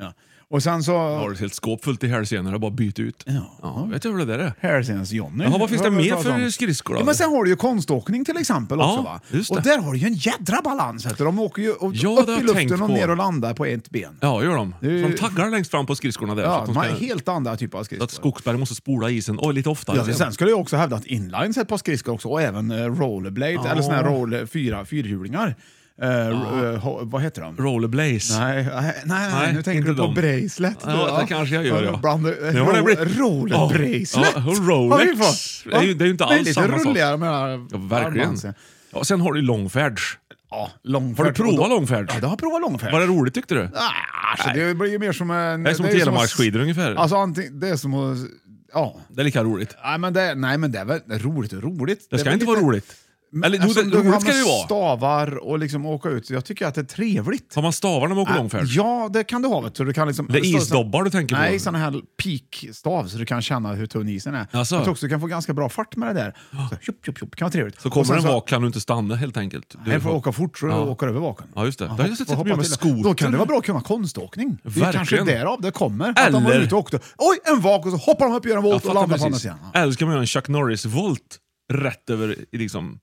D: Och sen så...
B: Har du ett helt skåp fullt i hälsenor och bara byt ut?
D: Ja.
B: vet du hur det där är?
D: Hälsenens Johnny.
B: Jaha, vad finns det
D: Har du hört
B: mer
D: talas
B: för
D: om?
B: skridskor då?
D: Ja, men sen har du ju konståkning till exempel
B: Ja,
D: också va?
B: just
D: Och
B: det.
D: där har du ju en jädra balans. Vet du. De åker ju och,
B: Ja, det har
D: upp i
B: jag
D: luften
B: tänkt
D: och
B: på.
D: ner och landar på ett ben.
B: Ja, gör de.
D: Det-
B: Så de taggar längst fram på skridskorna där. så
D: Ja,
B: att de
D: man
B: ska,
D: är helt andra typ av
B: så att
D: skridskor.
B: Skogsberg måste spola isen Oj, lite oftare.
D: Ja, men sen skulle jag också hävda att inlines är ett par skridskor också och även eh, rollerblade eller såna här roller, fyra, fyrhjulingar. Eh, eh, ho- vad heter de?
B: Rollerblaze.
D: Nej, nej, nej,
B: Nej,
D: nu tänker
B: inte
D: du på
B: dem.
D: bracelet.
B: Ja, det kanske jag gör. Ja.
D: Bland,
B: Nu har det blivit-
D: rolig
B: Ja.
D: bracelet.
B: Ja, och Rolex.
D: Har vi fått.
B: Det är ju- det är ju inte alls
D: det är
B: samma
D: lite
B: sak.
D: rulligare med den här
B: Ja, verkligen.
D: armbandsen.
B: Ja, sen har du ju långfärds.
D: Ja, långfärd.
B: Har du provat
D: Och då-
B: långfärd?
D: Ja, jag har provat långfärd.
B: Var det roligt tyckte du?
D: Ah, alltså, det blir ju mer som en...
B: Det är som
D: ju
B: telemarksskidor ungefär.
D: Alltså, antingen, det är som att... Ja.
B: Det är lika roligt.
D: Nej men, det, nej, men det är väl roligt och roligt.
B: Det ska
D: är väl
B: inte vara
D: lite-
B: roligt.
D: Men
B: Eller
D: alltså,
B: jo,
D: då
B: det,
D: har
B: roligt ska
D: man
B: det ju vara.
D: stavar och liksom åka ut. Jag tycker att det är trevligt.
B: Har man stavar när man åker långfärd?
D: Ja, det kan du ha. Vet, du. Du kan liksom,
B: Det är isdobbar du tänker på?
D: Nej, sådana här peakstav så du kan känna hur tunn isen är.
B: Alltså.
D: Jag tror också du kan få ganska bra fart med det där. Så, tjup, tjup, tjup. kan vara trevligt.
B: Så
D: Och sen
B: kommer en vak kan du inte stanna helt enkelt. Du
D: Nej, får åka fort så
B: Ja.
D: åker över vaken.
B: Ja, just det.
D: Ja,
B: Det har jag sett
D: får
B: att de gör
D: hoppa
B: med
D: till.
B: skoter.
D: Då kan det vara bra att kunna konståkning. Det är
B: Verkligen.
D: kanske därav det kommer. Att de var
B: Eller-
D: ute och åkte. Oj, en vak och så hoppar de upp, gör en
B: Jag
D: volt och
B: fattar
D: landar på
B: precis.
D: andra sidan. Ja.
B: Eller ska man göra en Chuck Norris-volt rätt över... i Liksom.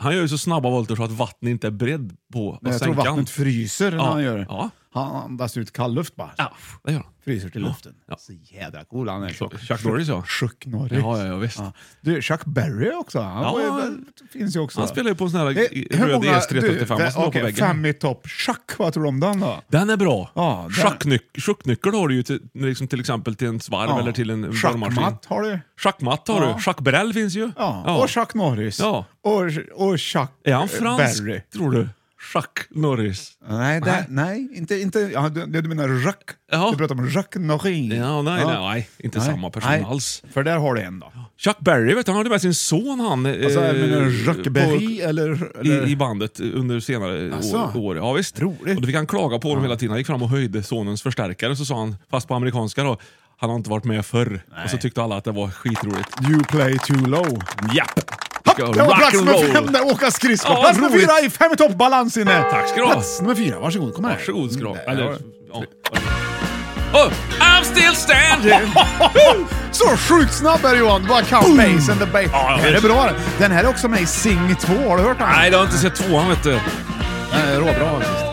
B: Han gör ju så snabba volter så att vattnet inte är beredd på
D: Men
B: att
D: jag tror
B: sänka han.
D: vattnet fryser när
B: Ja,
D: han gör det.
B: ja.
D: Han andas ut kall luft bara.
B: Ja, det gör han.
D: Fryser till luften.
B: Ja.
D: Så jädra cool han är.
B: Chuck Norris, ja.
D: Chuck Norris.
B: Ja, ja, ja, visst.
D: Du, Chuck Berry också. Han
B: Ja,
D: var ju-
B: han-
D: finns ju också.
B: Han spelar ju på en sån här
D: Det- hur
B: röd E
D: många-
B: ES335 som
D: du,
B: var på
D: okej,
B: väggen.
D: Fem i topp. Chuck, vad tror du om den då?
B: Den är bra.
D: Ja, den-
B: Schacknyc- Schacknyckel har du ju till, liksom, till exempel till en svarv eller till en borrmaskin.
D: Schackmatt har du.
B: Schackmatt har
D: Ja.
B: du. Schackbrell finns ju.
D: Ja. Och Chuck Norris.
B: Ja.
D: Och, och Chuck
B: Är han fransk,
D: Berry.
B: tror du? Schack Norris.
D: Nej, det, nej inte, inte ja, du, du menar Jacques.
B: Ja.
D: Du pratar om Jacques Norin.
B: Ja, nej, nej, nej, inte samma person alls.
D: För där har du en då.
B: Chuck Berry, vet du, han hade med sin son han.
D: Alltså,
B: eh,
D: jag menar Jacques Berry eller... eller
B: I, I bandet under senare
D: Asså?
B: år, år. Ja, visst.
D: Roligt.
B: Och då fick han klaga på dem hela tiden. Han gick fram och höjde sonens förstärkare så sa han, fast på amerikanska då, han har inte varit med förr. Och så tyckte alla att det var skitroligt.
D: You play too low.
B: Japp!
D: Hopp,
B: Ska
D: det var plats
B: rock'n'roll.
D: nummer fem där, åka skridskor.
B: Ja,
D: plats nummer
B: roligt.
D: fyra i fem i topp, balans inne.
B: Tack ska du ha.
D: Plats nummer fyra, varsågod. Kom här. Mm,
B: Varsågod ska du ha.
D: Där
B: Eller,
D: var det.
B: ja. Oh, I'm still standing!
D: Så sjukt snabb är Johan! Bara count bass and the bass.
B: Oh. Ja, ja,
D: det här är
B: visst.
D: bra. Den här är också med i Sing 2, har du hört den?
B: Nej, det har jag inte sett tvåan vet du.
D: Den är råbra faktiskt.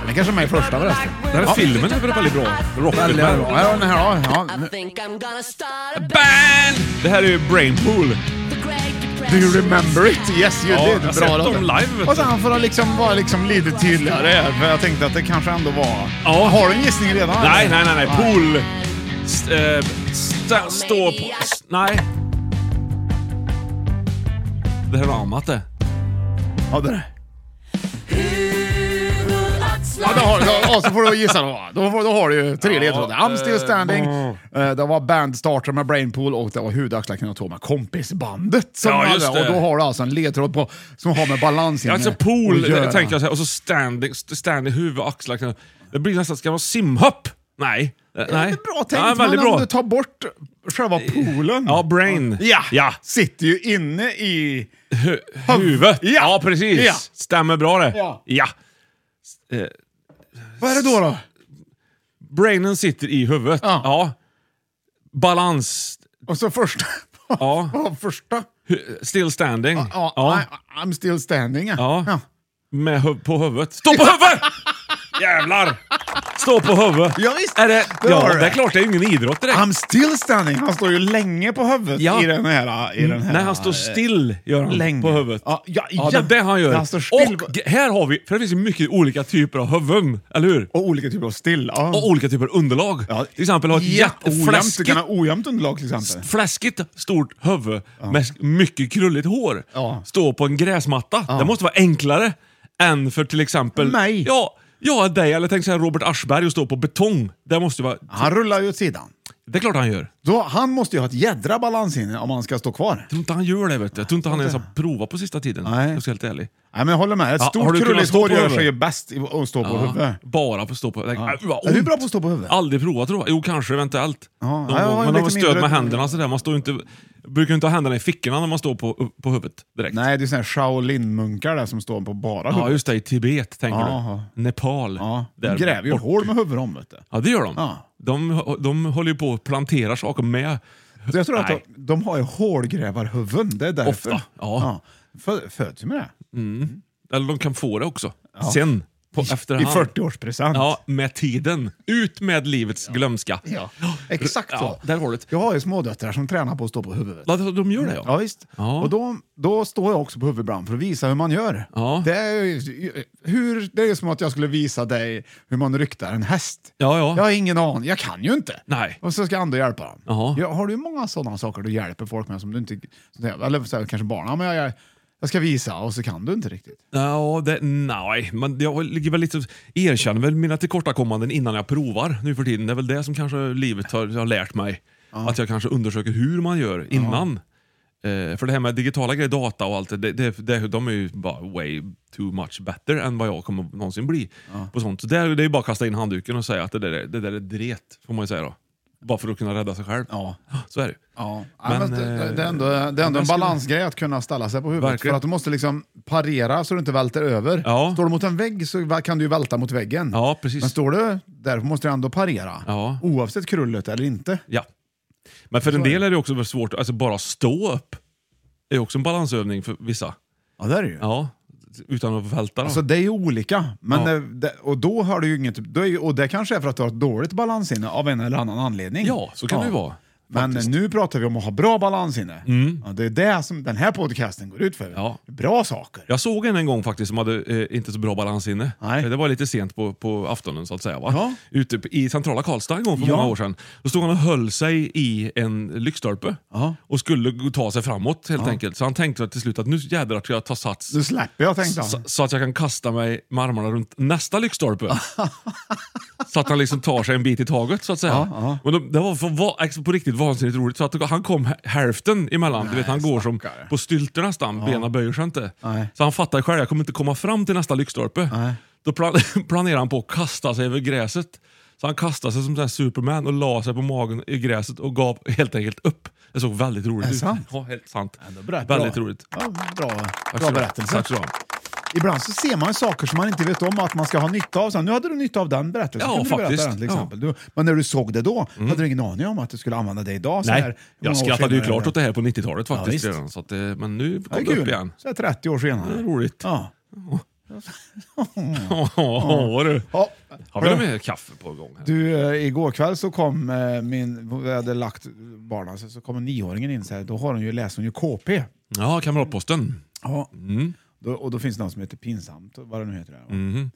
D: Den är kanske med i första förresten.
B: Den här filmen är väl väldigt bra? Rocket
D: Väldigt bra.
B: Man.
D: Ja, den här, ja, ja.
B: Band! Det här är ju Brainpool.
D: Do you remember it? Yes you
B: Ja,
D: did.
B: jag har sett
D: låt.
B: dem live, vet
D: Och sen
B: du.
D: får han liksom vara liksom lite tydligare. För jag tänkte att det kanske ändå var...
B: Ja.
D: Har du en gissning redan?
B: Nej,
D: eller?
B: nej, nej, nej. Pool. St- eh, sta- stå på... s- Nej. Det här var annat det.
D: Ja, det där. Ja, då har, då, och så får du gissa då. Då, får- då har du ju tre
B: Ja,
D: ledtrådar. I'm still
B: eh,
D: standing.
B: mm.
D: Eh, det var Bandstarter med Brainpool och det var Huvud, axlar, knä och tå med Kompisbandet. Som
B: Ja,
D: hade-
B: just det.
D: Och då har du alltså en ledtråd på, som har med balansinne
B: Ja, alltså pool,
D: att göra.
B: det tänker jag säga. Och så standing, st- standing huvud, axlar. knä. Det blir nästan... Ska det vara simhopp? Nej. Eh,
D: Det
B: nej.
D: är bra tänkt,
B: ja,
D: men
B: väldigt bra.
D: om du tar bort själva poolen.
B: Ja, brain.
D: Ja.
B: ja.
D: Sitter ju inne i...
B: Huvudet.
D: Ja.
B: Ja, precis.
D: Ja.
B: Stämmer bra det.
D: Ja.
B: S- eh,
D: Vad är det då? då?
B: Brainen sitter i huvudet.
D: Ja.
B: Ja. Balans.
D: Och så första...
B: Ja.
D: Vad var första?
B: Hu- Still standing.
D: Ja, I, I'm still standing.
B: Ja. Med hu- på huvudet. Stå på huvudet! Jävlar! Stå på huvudet.
D: Ja, visst.
B: Är det,
D: Det var
B: ja,
D: det.
B: det är klart. Det är ju ingen idrott direkt.
D: I'm still standing. Han står ju länge på huvudet
B: Ja.
D: i den här... I den här
B: Nej, han står still gör han,
D: Länge.
B: på huvudet.
D: Ja, ja,
B: det
D: ja.
B: är det han gör.
D: Han står still.
B: Och g- här har vi, för det finns ju mycket olika typer av huvuden, eller hur?
D: Och olika typer av still. Ja.
B: Och olika typer av underlag.
D: Ja.
B: Till exempel ha ett
D: Ja, ojämnt. Du
B: jättefläskigt
D: kan ha ojämnt underlag till exempel.
B: fläskigt stort huvud med s- mycket krulligt hår
D: Ja.
B: stå på en gräsmatta. Det måste vara enklare än för till exempel...
D: Mig.
B: Ja, ja dig eller tänk så här Robert Aschberg och stå på betong. Det måste ju vara...
D: Han rullar ju åt sidan.
B: Det är klart han gör.
D: Då, han måste ju ha ett jädra balansinne om han ska stå kvar.
B: Jag tror inte han gör det vet du. Jag tror inte han ens har provat på sista tiden.
D: Nej.
B: Jag ska vara helt ärlig.
D: Nej, men jag håller med. Ett
B: Ja, har
D: stort
B: du kunnat
D: krulligt
B: stå
D: hår
B: på
D: gör
B: huvudet?
D: sig ju bäst i att stå på huvudet.
B: Bara för att stå på... Like,
D: Ja.
B: aj, vad
D: Är du
B: ont.
D: bra på att stå på huvudet?
B: Aldrig provat tror jag. Jo, kanske eventuellt.
D: Ja,
B: Någon
D: jag har
B: gång.
D: ju
B: Men man har
D: lite
B: stöd
D: mindre-
B: med händerna sådär. Man står ju inte, brukar ju inte ha händerna i fickorna när man står på, på huvudet direkt.
D: Nej, det är såna här Shaolin-munkar där som står på bara
B: Ja,
D: huvudet.
B: just det. I Tibet, tänker
D: Jaha.
B: du. Nepal.
D: Ja,
B: Där
D: de gräver ju
B: bort.
D: hål med huvudet om. Vet du.
B: Ja, det gör de.
D: Ja.
B: De, de håller ju på och planterar saker med.
D: Så jag tror att de,
B: Nej.
D: de har ju hålgrävarhuvuden. Det är därför.
B: Ofta, ja.
D: Fö- Föds ju med det.
B: Eller de kan få det också. Sen. på efterhand.
D: I 40-årspresent.
B: Ja, med tiden. Ut med livets glömska.
D: Ja, exakt så.
B: Ja, där har du det.
D: Jag har ju smådöttrar som tränar på att stå på huvudet.
B: Ja, de gör det ja.
D: Ja, visst.
B: Ja.
D: Och då, då står jag också på huvudet ibland för att visa hur man gör.
B: Ja.
D: Det, är ju, hur, det är ju som att jag skulle visa dig hur man ryktar en häst.
B: Ja, ja.
D: Jag har ingen aning, jag kan ju inte.
B: Nej.
D: Och så ska jag ändå hjälpa dem.
B: Ja.
D: Ja, har du många sådana saker du hjälper folk med som du inte... Eller så här, kanske barnen, ja, men jag, jag, jag ska visa och så kan du inte riktigt.
B: Ja, det, nej, men jag ligger väl lite, erkänner väl mina tillkortakommanden innan jag provar nu för tiden. Det är väl det som kanske livet har, har lärt mig. Att jag kanske undersöker hur man gör innan. Eh, för det här med digitala grejer, data och allt det, det, det, det de är ju bara way too much better än vad jag kommer någonsin bli. På sånt. Så det, är- det är ju bara att kasta in handduken och säga att det där, är- det där är dret, får man ju säga då. Bara för att kunna rädda sig själv.
D: Ja.
B: Så är det ju.
D: Ja,
B: Men,
D: men, det,
B: eh,
D: det är ändå, det är
B: men
D: ändå
B: jag
D: en
B: skulle-
D: balansgrej att kunna ställa sig på huvudet.
B: Verkligen.
D: För att du måste liksom parera så du inte välter över.
B: Ja.
D: Står du mot en vägg så va- kan du ju välta mot väggen.
B: Ja, precis.
D: Men står du där måste du ändå parera.
B: Ja.
D: Oavsett krullet eller inte.
B: Ja. Men för en del är det också svårt, alltså bara stå upp är ju också en balansövning för vissa.
D: Ja, det är det ju.
B: Ja, utan att välta då.
D: Alltså det är ju olika. Men
B: Ja.
D: eh, det, och då har du ju inget... Då är, ju- och det kanske är för att du har ett dåligt balansinne av en eller annan anledning.
B: ja, så kan det ju vara.
D: Men
B: faktiskt. Mm.
D: nu pratar vi om att ha bra balansinne. Ja, det är det som den här podcasten går ut för.
B: Ja.
D: Bra saker.
B: Jag såg en en gång faktiskt som hade eh, inte så bra balansinne.
D: Nej.
B: Eh, Det var lite sent på, på aftonen så att säga. Va?
D: Ja.
B: Ute på- i centrala Karlstad en gång för
D: Ja.
B: många år sedan. Då stod han och höll sig i en lyktstolpe
D: Ja.
B: och skulle gå- ta sig framåt helt enkelt. Så han tänkte till slut att nu jädrar ska jag ta sats.
D: Nu släpper jag tänkte
B: så,
D: han.
B: så att jag kan kasta mig med armarna runt nästa lyktstolpe. så att han liksom tar sig en bit i taget så att säga.
D: Ja,
B: Men de, det var, för, var ex- på riktigt vansinnigt roligt. Så att han kom hä- hälften emellan. du vet, han går som
D: stackare.
B: på stylter nästan. Benen böjer sig inte.
D: Nej.
B: Så han fattar själv, jag kommer inte komma fram till nästa lyktstolpe.
D: Nej.
B: Då plan, planerar han på att kasta sig över gräset. Så han kastade sig som en Superman och la sig på magen i gräset och gav helt enkelt upp. Det såg väldigt roligt
D: Är det
B: ut.
D: sant?
B: Ja, helt sant.
D: Ändå bra-
B: väldigt
D: bra.
B: roligt.
D: Ja, bra,
B: Tack
D: bra
B: så du ha.
D: berättelse.
B: Tack så du ha.
D: Ibland så ser man ju saker som man inte vet om att man ska ha nytta av. Sen, nu hade du nytta av den berättelsen.
B: Ja,
D: kunde du berätta
B: faktiskt.
D: Den, till exempel. Du, men när du såg det då, hade du ingen aning om att du skulle använda det idag? Så här,
B: Nej,
D: många år
B: jag skrattade ju
D: senare.
B: klart åt det här på 90-talet faktiskt.
D: visst.
B: redan, så att, eh, men nu
D: Det
B: kom
D: är
B: det upp
D: kul.
B: igen.
D: Så här 30 år senare.
B: Det är roligt.
D: Ja.
B: Åh, vad du.
D: Ja.
B: Har vi något mer kaffe på gång? Här?
D: Du, eh, igår kväll så kom eh, min, vi hade lagt barnen, så, så kom en nioåringen in så här, då har hon ju, läser hon ju KP.
B: Ja, Kamratposten.
D: Ja.
B: Mm.
D: Då, och då finns det något som heter pinsamt, vad det nu heter. Där, va?
B: Mhm.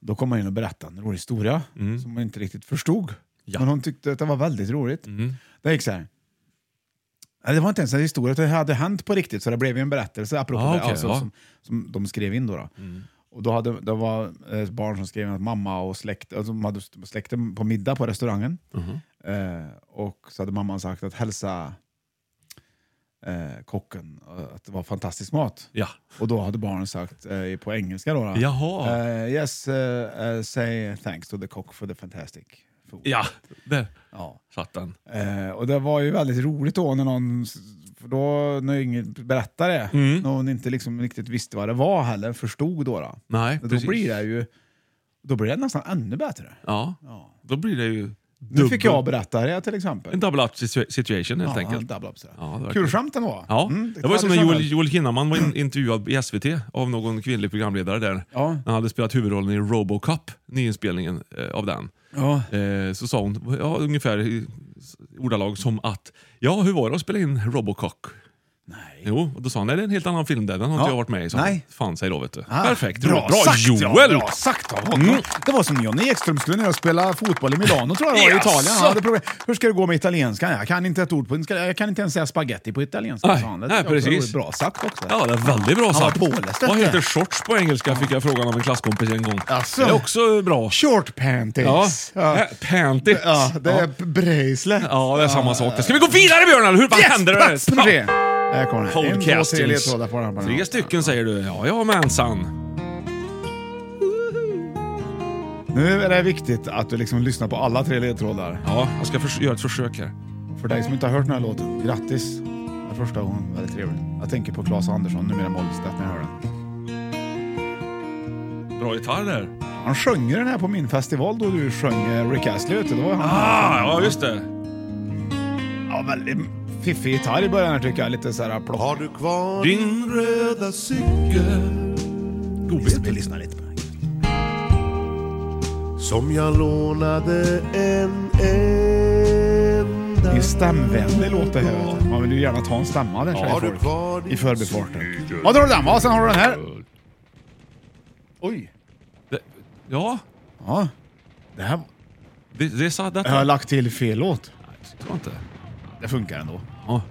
D: Då kom man in och berättade en rolig historia som man inte riktigt förstod.
B: Ja. Mhm.
D: Men hon tyckte att det var väldigt roligt. Det gick så här. Nej, Det var inte ens en historia, utan det hade hänt på riktigt så det blev ju en berättelse apropå
B: Ah,
D: det,
B: okej,
D: alltså,
B: ja. Mm.
D: som, som de skrev in. Då, då. Och då hade, det var eh, barn som skrev in att mamma och släkt, alltså, de hade släkten på middag på restaurangen.
B: Mhm.
D: Eh, och så hade mamman sagt att hälsa eh, kocken eh, att det var fantastisk mat.
B: Ja.
D: Och då hade barnen sagt eh, på engelska då. då
B: Jaha.
D: eh, yes, eh, eh, say thanks to the cock for the fantastic food.
B: Ja, där
D: Ja.
B: satt den.
D: Eh, och det var ju väldigt roligt då när någon, för då när ingen berättade det,
B: Mm.
D: när hon inte liksom riktigt visste vad det var heller, förstod då. då.
B: Nej,
D: då
B: precis.
D: blir det ju då blir det nästan ännu bättre.
B: Ja. Då blir det ju
D: Nu fick jag
B: dubbel-
D: berätta det till exempel.
B: en double up situa- situation helt
D: ja,
B: enkelt.
D: double up, sådär.
B: Ja, det var
D: kul
B: kul.
D: skämt ändå.
B: Ja,
D: Mm,
B: det var ju som när
D: traditionellt.
B: Joel, Joel Kinnaman var in, intervjuad i SVT av någon kvinnlig programledare där.
D: Ja.
B: När han hade spelat huvudrollen i Robocop, nyinspelningen eh, av den.
D: Ja.
B: Eh, så sa hon, ja, ungefär i s- ordalag som att, ja hur var det att spela in Robocop?
D: Nej.
B: Jo, och då sa han, nej det är en helt annan film där, den har
D: Ja.
B: inte jag varit med i. Så
D: Nej.
B: Fan säg då vet du.
D: Ah,
B: Perfekt,
D: bra,
B: bra, bra
D: sagt,
B: Joel!
D: Ja, bra sagt av honom.
B: Mm.
D: Det var som Johnny Ekström skulle när jag spelade fotboll i Milano tror jag det var, i
B: Jaså?
D: Italien. Han hade problem. Hur ska det gå med italienskan? Jag kan inte ett ord på jag kan inte ens säga spaghetti på italienska.
B: Nej,
D: sa han. Det
B: nej,
D: tycker jag också var
B: precis.
D: Bra sagt också.
B: Ja, det är väldigt bra
D: Han var
B: sagt.
D: påläst,
B: Vad
D: detta.
B: heter shorts på engelska fick jag frågan av en klasskompis en gång.
D: Jaså?
B: Det är också bra.
D: Short panties.
B: Ja. Panties.
D: Ja, det är bracelet.
B: Ja, det är samma sak. Ska vi gå vidare Björn? Eller hur?
D: Ah.
B: Vad
D: Yes,
B: händer?
D: plats nummer tre.
B: det?
D: Där kommer den. En, två, tre ledtrådar på den.
B: Podcastings. Tre stycken säger du. Ja, ja mensan.
D: Nu är det viktigt att du liksom lyssnar på alla tre ledtrådar.
B: Ja, jag ska förs- göra ett försök här.
D: För dig som inte har hört den här låten, grattis. Den här första gången, väldigt trevlig. Jag tänker på Claes Andersson, numera Mollstedt, när jag hör den.
B: Bra gitarr där.
D: Han sjöng ju den här på min festival då du sjöng eh, Rick Astley ute. Det var ju han.
B: Ah, ja just det.
D: Ja, väldigt fiffig gitarr i början här tycker jag. Lite såhär plock. Har du
B: Din röda cykel. God bit.
D: Vi lyssnar lite på den.
F: som jag lånade en enda
D: Det är ju stämvänlig låt det här. vet du. Man vill ju gärna ta en stämma där,
F: Har du
D: säger folk.
F: kvar din
D: I förbifarten. Ja, då har du den va? Sen har du den här. Oj.
B: Det, ja,
D: Ja. Det här
B: det, det sa detta.
D: jag har lagt till fel låt.
B: Jag tror inte.
D: Det funkar ändå.
B: Ja.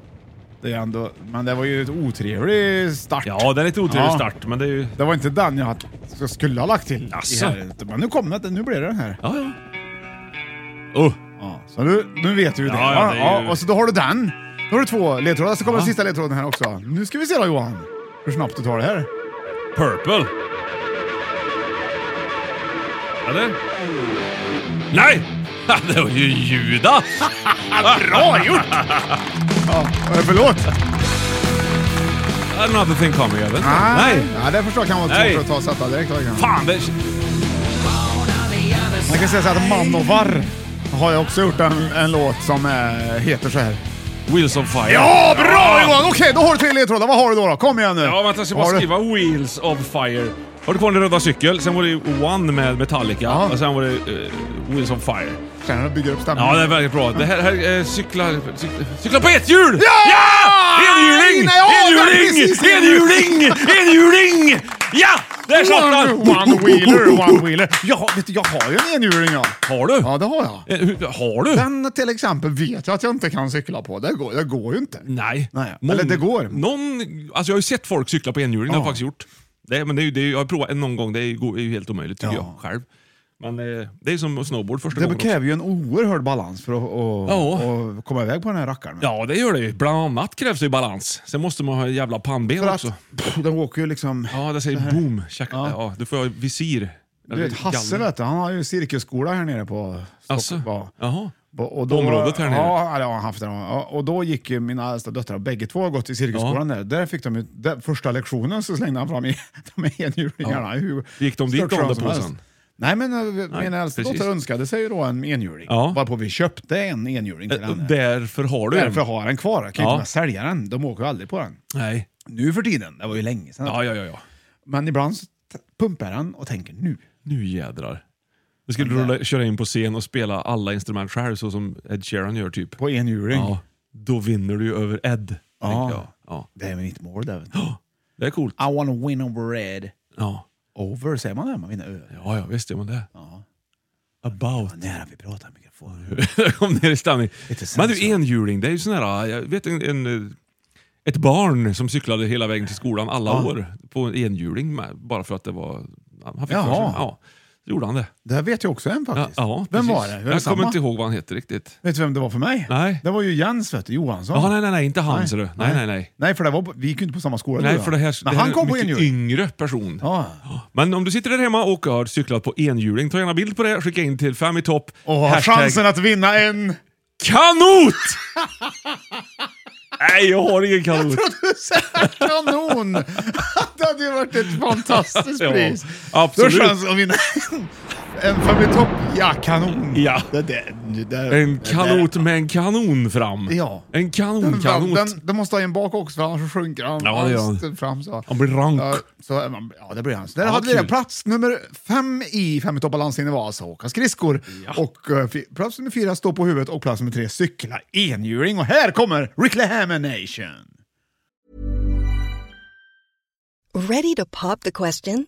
D: Det är ändå... Men det var ju ett otrevlig start.
B: ja, det är lite otrevlig
D: Ja.
B: start, men det är ju...
D: Det var inte den jag hade- så skulle ha lagt till. i
B: Asså.
D: här. Men nu kom det, nu blev det den här.
B: Ja, ja. Oh.
D: Ja, så nu, nu vet du ju det.
B: Ja, ja, det är ju-
D: och så då har du den. Då har du två ledtrådar, så kommer sista ledtråden här också. Nu ska vi se då Johan, hur snabbt du tar det här.
B: Purple. Eller? Nej! Det var ju Judas! Bra gjort!
D: Eh, Förlåt!
B: Another thing coming, jag vet inte. Nej!
D: Ja, det förstår jag kan vara
B: Nej.
D: svårt att ta och sätta direkt. verkligen.
B: Fan, det...
D: Man kan säga så här att Manovar har jag också gjort en, en låt som eh, heter så här.
B: Wheels on fire.
D: Ja, bra Johan! Okej, då har du tre ledtrådar. Vad har du då? då? Kom igen nu!
B: Ja, vänta, jag ska
D: Vad har
B: bara
D: du?
B: skriva Wheels of Fire. Har du kvar din röda cykel? Sen var det ju One med Metallica.
D: Ja.
B: Och sen var det eh, Wheels on Fire.
D: Känner du att bygger upp stämningen?
B: Ja, det är väldigt bra. Det här, här eh, cyklar... Cykla, cykla på ett hjul!
D: Ja!
B: Enhjuling!
D: Nej, ja,
B: Enhjuling!
D: precis.
B: Enhjuling! Enhjuling! Ja! Där satt
D: One,
B: den!
D: one wheeler, one wheeler. Jag, har- vet du, jag har ju en enhjuling jag.
B: Har du?
D: Ja, det har jag.
B: Eh, hur- Har du?
D: Den till exempel vet jag att jag inte kan cykla på. Det går, det går ju inte.
B: Nej.
D: Nej, eller det går.
B: Någon, alltså jag har ju sett folk cykla på enhjuling, det har
D: Ja.
B: jag faktiskt gjort. Det, men det är ju, det är, ju- jag har provat en någon gång, det är ju, går- är ju helt omöjligt tycker
D: Ja.
B: jag själv. Men eh, det är som att snowboard första
D: Det
B: gången också.
D: kräver ju en oerhörd balans för att och,
B: Ja.
D: och komma iväg på den här rackaren.
B: Ja, det gör det ju. Bland annat krävs det ju balans. Sen måste man ha en jävla pannben
D: För att
B: också.
D: pff, den åker ju liksom...
B: Ja, det säger
D: här.
B: boom. Tjacka. Ja.
D: Ja.
B: du får ha visir.
D: Du vet, Hasse vet du, han har ju cirkusskola här nere på
B: Alltså,
D: Stockholm. Ja.
B: jaha.
D: Och och
B: Området här nere.
D: Ja, det har han haft. Det. Ja, Och då gick ju mina äldsta döttrar, bägge två har gått i cirkusskolan där. Där fick de ju, där, första lektionen så slängde han fram i, de här enhjulingarna. Hur
B: Gick de dit
D: stört
B: då,
D: som
B: den där
D: helst.
B: påsen?
D: Nej, men eh, mina äldsta
B: precis.
D: dotter önskade sig ju då en enhjuling.
B: Ja.
D: Varpå vi köpte en enhjuling till
B: Eh,
D: henne.
B: Därför har du
D: Därför
B: en.
D: har jag den kvar. Jag kan ju
B: Ja.
D: inte kunna sälja den. De åker ju aldrig på den.
B: Nej.
D: Nu för tiden, det var ju länge sedan.
B: Ja, ja, ja, ja.
D: Men ibland så t- pumpar jag den och tänker nu.
B: Nu jädrar. Nu skulle du rulla- köra in på scen och spela alla instrument själv, så som Ed Sheeran gör typ.
D: På enhjuling.
B: Ja, då vinner du ju över Ed. Ja.
D: Ja.
B: Jag. Ja.
D: Det är mitt mål där. vet du.
B: Det är coolt.
D: I wanna win over red.
B: Ja,
D: Over, säger man det? Man vinner över.
B: ja, ja visst gör man det.
D: Ja.
B: About.
D: Vad nära vi pratar i mikrofonen.
B: Jag kom ner i stämning.
D: Lite sensor.
B: Men du, enhjuling, det är ju sån här, jag vet en, en, ett barn som cyklade hela vägen till skolan alla
D: Ja.
B: år på en enhjuling med, bara för att det var, han fick
D: Jaha.
B: för sig. Ja, så gjorde han det.
D: Det här vet jag också en
B: Ja,
D: faktiskt.
B: ja,
D: vem
B: precis.
D: var det? Var det
B: jag
D: samma?
B: kommer inte ihåg vad han heter riktigt.
D: Vet du vem det var för mig?
B: Nej.
D: Det var ju Jens vet du, Johansson.
B: Ja, nej, nej, nej, inte han ser du. Nej, nej, nej.
D: Nej, för det var, på- vi gick ju inte på samma skola. du
B: Nej,
D: och
B: för
D: jag.
B: det här,
D: Men
B: det här
D: han kom på
B: är en mycket
D: enhjuling.
B: yngre person.
D: Ja.
B: Men om du sitter där hemma och har cyklat på enhjuling, ta gärna bild på det, skicka in till Fem i topp.
D: Och har
B: hashtag
D: chansen att vinna en...
B: Kanot! Nej, jag har ingen kanot.
D: Kanon! Det hade ju varit ett fantastiskt
B: Ja,
D: pris.
B: absolut.
D: Då är chansen att vinna en- en Familj Topp. Ja, kanon.
B: Ja.
D: Det, där- det, där-
B: En
D: det
B: kanot
D: Eh, där-
B: med en kanon fram.
D: Ja.
B: En
D: Den,
B: kanonkanot.
D: den, den måste ha en bak också för annars sjunker han.
B: Mm, Ja, det gör han.
D: St- Fram, så.
B: Han blir rank.
D: Ja, så, är man- ja, det blir han. Så där
B: Ja,
D: hade vi det.
B: kul.
D: Plats nummer fem i Fem i topp balansen var alltså åka skridskor. Och eh, fy- plats nummer fyra stå på huvudet och plats nummer tre cykla enhjuling. Och här kommer Rick Nation.
G: Ready to pop the question?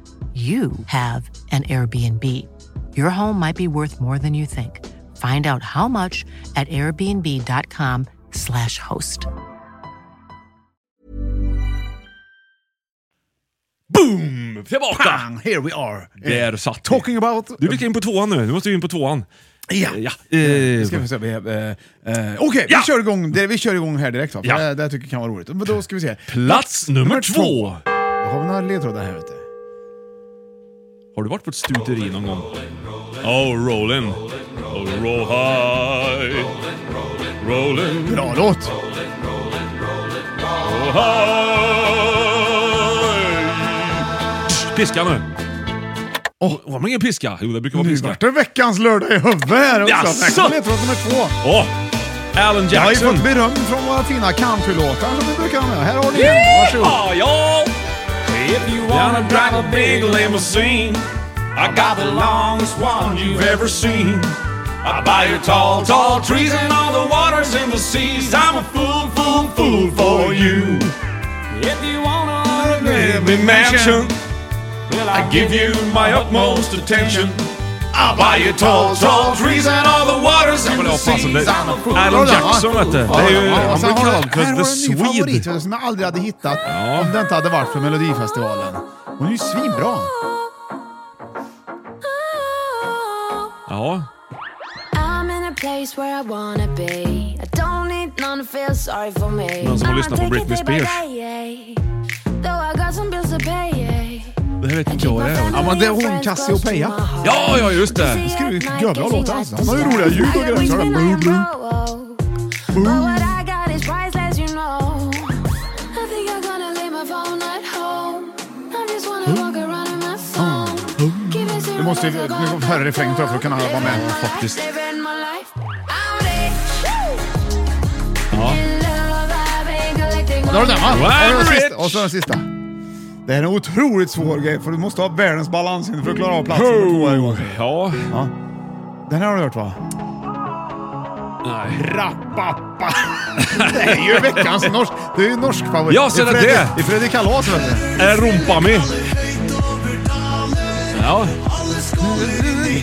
H: you have an Airbnb. Your home might be worth more than you think. Find out how much at airbnb.com/slash host.
B: Boom! Tillbaka!
D: Bang! Here we are!
B: Där satt vi.
D: Talking about...
B: Du fick in på tvåan nu. Nu måste vi in på tvåan.
D: Ja.
B: ja.
D: Nu
B: Eh,
D: Ska vi se, vi, eh, eh, Okej,
B: Ja.
D: vi, kör igång, det, vi kör igång här direkt va? För
B: Ja.
D: Det, det här tycker jag kan vara roligt. Men då ska vi se.
B: plats nummer två.
D: Då har vi några ledtrådar här vet du.
B: Har du varit på ett stuteri någon gång? Oh, rolling. Oh, roll high. Rolling.
D: Bra låt!
B: Roll high. Piska nu. Åh, var det ingen piska? Jo, det brukar vara
D: Nu
B: piska.
D: vart det veckans lördag i huvudet här också!
B: Jaså?
D: Tack för ledtråd nummer två!
B: Åh! Alan
D: Jag har ju
B: Jackson.
D: fått beröm från våra fina countrylåtar som vi brukar ha med. Här har ni en, varsågod!
B: Yeehaw, Oh, y'all! If you wanna drive a big limousine, I got the longest one you've ever seen. I buy your tall, tall trees and all the waters in the seas. I'm a fool, fool, fool for you. If you wanna live in a mansion, well, I give you my utmost attention. I buy you tall, tall trees and all the waters in the seas. I'm a fool. Alan Jackson, vet du. Det er är ju...
D: Ja, och
B: Han
D: sen
B: brukar
D: har
B: kalla
D: du- Här har du er en
B: för The
D: ny favorit
B: Swede.
D: vet du, som jag aldrig hade hittat om det inte hade varit för Melodifestivalen. Hon är ju svinbra!
B: Ja.
I: I'm in a place where I wanna be. I don't need none to feel sorry for me.
B: Någon som har lyssnat på
I: I'ma take it
B: Britney
I: day by
B: Spears.
I: day, yeah. Though I got some bills to pay, yeah.
B: Det här vet inte jag vad det
I: My
B: är.
D: Ja, men det är hon,
I: friends
D: Cassiopeia.
I: close to my heart.
B: Ja, ja, just det!
I: See
D: skriver ju
I: at night
D: jävla
I: getting
D: låtar,
I: lost
D: alltså. Hon har ju
I: in
D: roliga ljud och
I: stars.
D: grejer.
I: I
D: Så här,
I: always
D: blum,
I: been
D: blum.
I: like, whoa, whoa. But what I got is priceless, you know. I think I'm gonna leave my phone at home. I just wanna walk around in my phone. Keep it
D: Du Ah. måste ju-
I: simple,
D: du får höra refrängen tror jag för att kunna vara med.
B: Faktiskt.
I: Living my life. I'm rich.
B: Ja.
I: In love, I've been collecting
D: Där har du den va?
B: I'm
D: Och den sista-
B: rich.
D: Och så den sista. Det här är en otroligt svår grej för du måste ha världens balanshinder för att klara av plats nummer två här Johan.
B: Ja.
D: Den här har du hört va?
B: Nej.
D: Rappappa! Det är ju veckans norsk... Det är ju norsk favorit.
B: Ja, så
D: Det är
B: det är
D: Fredrik-
B: det.
D: Det är Fredrik Kalas vet du.
B: Är det Rumpami? Ja.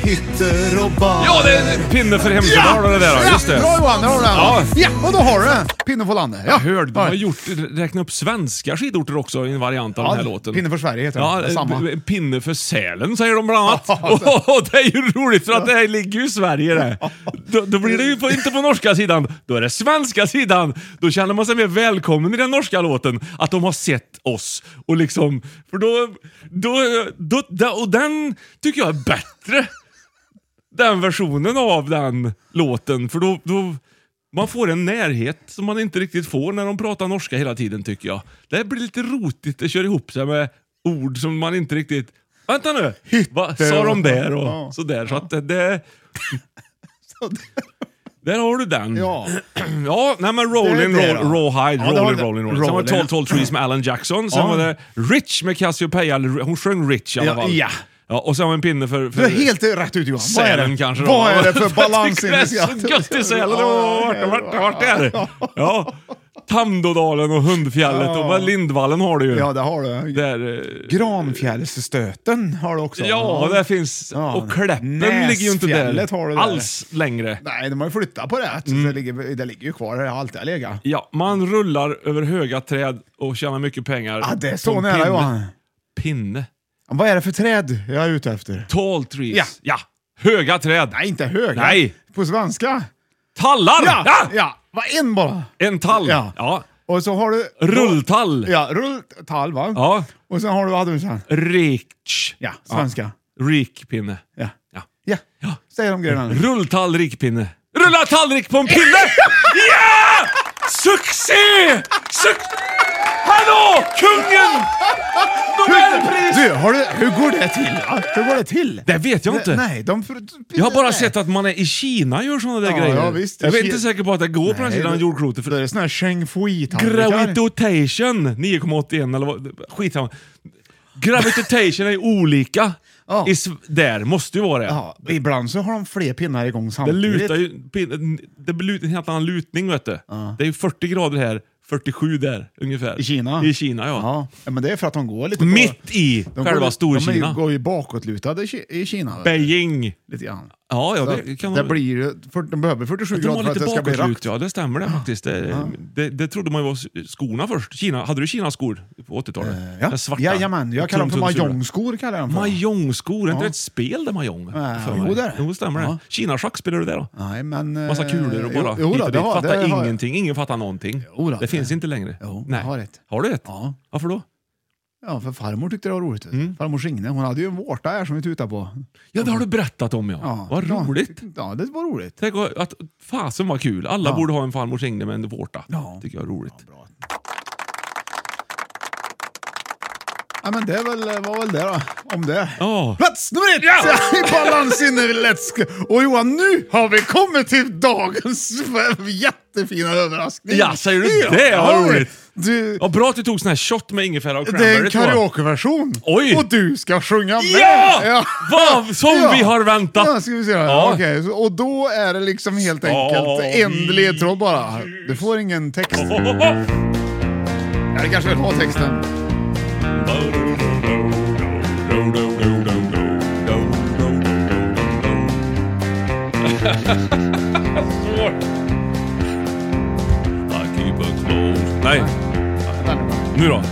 D: Hytter och bar.
B: ja, det är en pinne för Hemsedal och det där.
D: Ja,
B: Just det.
D: Bra Johan, där har du den.
B: Ja.
D: Ja. och då har du den. Pinne för landet. Ja.
B: Jag hörde de har
D: Ja.
B: gjort, räknat upp svenska skidorter också i en variant av
D: Ja,
B: den här låten.
D: Pinne för Sverige heter den.
B: ja,
D: Det är samma.
B: en Pinne för Sälen säger de bland annat.
D: Ja, alltså.
B: och, det är ju roligt för att det här ligger ju i Sverige det. Då, då blir det ju på, inte på norska sidan, då är det svenska sidan. Då känner man sig mer välkommen i den norska låten, att de har sett oss. Och liksom, för då, då, då, då och den tycker jag är bättre. Den versionen av den låten, för då, då man får en närhet som man inte riktigt får när de pratar norska hela tiden tycker jag. Det blir lite rotigt, det kör ihop sig med ord som man inte riktigt... Vänta nu! Vad sa de där och
D: Ja.
B: sådär. Så att det, det... Där har du den.
D: Ja.
B: Ja, nej men Rolling
D: Det är det
B: roll,
D: då.
B: Rawhide,
D: Ja, det var
B: Rolling
D: det.
B: Rolling Rolling. Sen var det
D: Rolling.
B: 12 12 Trees med Alan Jackson. Sen
D: Ja.
B: var det Rich med Cassiopeia, eller hon sjöng Rich i alla
D: Ja,
B: fall.
D: ja.
B: Ja, och sen var det en pinne för... för
D: Du är helt rätt ut Johan. Vad är
B: Sälen
D: det?
B: kanske då.
D: Vad är det för
B: Jag tycker
D: balansindex?
B: Det är så gött i Sälen. Åh, Vart, vart, vart är det? Ja. Tamdådalen och Hundfjället och vad Lindvallen har du ju.
D: Ja, det har du.
B: Där, eh,
D: Granfjällsstöten har du också.
B: ja, där finns...
D: Ja.
B: Och Kläppen ligger ju inte
D: Näsfjället
B: där,
D: har du där.
B: alls längre.
D: Nej, de har ju flyttat på det.
B: Mm.
D: Så Det, ligger, det ligger ju kvar där det har alltid har legat.
B: Ja, man rullar över höga träd och tjänar mycket pengar.
D: Ah, det är så
B: Som
D: nära
B: pinne.
D: Johan.
B: Pinne.
D: Vad är det för träd jag är ute efter?
B: Tall trees.
D: Ja.
B: Höga träd.
D: Nej, inte höga.
B: Nej.
D: På svenska.
B: Tallar!
D: Ja! Ja, var en bara.
B: En tall. Ja.
D: Ja. Och så har du...
B: Rulltall. Ja.
D: Ja, rulltall va?
B: ja.
D: Och sen har du, vad hade du sen?
B: Rich.
D: Ja, svenska.
B: Rikpinne.
D: Ja.
B: Ja.
D: Ja. Säg de grejerna nu.
B: Rulltall, rikpinne. Rulla tallrik på en pinne! Ja! Succé! Suc- Hallå! Kungen! Nobelpris!
D: Du, har du, hur går det till? Ja, Hur går det till?
B: Det vet jag inte.
D: Nej, de...
B: Jag har bara sett att man är i Kina och gör såna där
D: Ja,
B: grejer.
D: ja, visst.
B: jag är
D: Ki-
B: inte säker på att det går på den
D: Nej,
B: sidan
D: det-
B: jordklotet.
D: Det är såna här Cheng Fui-tallrikar.
B: Gravitation 9,81 eller vad... Skitsamma. Gravitation är ju olika. I Sv- där måste ju vara det.
D: Ja, ibland så har de fler pinnar igång
B: Det
D: samtidigt.
B: lutar ju... pin- Det blir en helt annan lutning vet du. Det är ju 40 grader här, 47 där ungefär.
D: I Kina?
B: I Kina ja.
D: Ja. ja, men det är för att de går lite... på-
B: Mitt i
D: de
B: själva
D: går,
B: Storkina.
D: De går ju bakåtlutade i Ki- i Kina. vet du.
B: Beijing.
D: Lite grann.
B: Ja, ja,
D: Så
B: det
D: att
B: kan
D: det
B: man-
D: blir ju, för, de behöver 47
B: De
D: grader
B: har
D: för att
B: lite
D: det ska bli
B: bakåtlut,
D: rakt.
B: ja det stämmer det faktiskt. Det, det, det trodde man ju var s- skorna först. Kina, hade du Kina-skor på 80-talet?
D: Eh, Ja.
B: Den svarta.
D: Jajamän, jag kallar dem för
B: Tung, tung, sura.
D: mahjongskor. Kallar jag dem för.
B: Mahjongskor, är inte
D: Ja.
B: det ett spel det mahjong?
D: Nej,
B: För
D: jo,
B: mig.
D: det är det.
B: Jo, stämmer det.
D: Ja.
B: Kina-schack spelar du det då?
D: Nej, men... eh,
B: Massa kulor och bara
D: jo, jo,
B: hit
D: då,
B: och
D: det
B: dit.
D: har-
B: Fattar
D: det har-
B: ingenting, ingen fattar någonting.
D: Jo då,
B: det finns inte längre.
D: Jo,
B: Nej.
D: jag har ett.
B: Har du ett?
D: Ja.
B: Varför då?
D: Ja, för farmor tyckte det var roligt.
B: Mm.
D: Farmor Signe, hon hade ju en vårta här som vi tutade på.
B: Ja, det har du berättat om ja.
D: Ja.
B: Vad
D: Ja.
B: roligt.
D: Ja, det var roligt.
B: Tänk vad- att, fasen vad kul. Alla
D: Ja.
B: borde ha en farmors äng med en vårta.
D: Ja.
B: Tycker jag är roligt.
D: Ja, men det är väl, eh, var väl det då, om det.
B: Ja.
D: Plats nummer ett! I balans in i Let's Go. Och Johan, nu har vi kommit till dagens jättefina överraskning.
B: Ja, säger du det? Vad
D: Ja,
B: roligt.
D: Du,
B: Ja, bra att du tog sån här shot med ingefära och
D: det
B: cranberry.
D: är en
B: tror jag.
D: karaokeversion.
B: Oj.
D: Och du ska sjunga med.
B: Ja! Vad som
D: Ja.
B: vi har väntat!
D: Ja, ska vi se.
B: Ja.
D: Ja. Okej, så- och då är det liksom helt
B: Ja,
D: enkelt en
B: vi-
D: ledtråd bara. Du får ingen text.
B: Oh, oh, oh.
D: Ja, det kanske vill ha texten.
B: Svårt. I keep a close... Nej, nu då.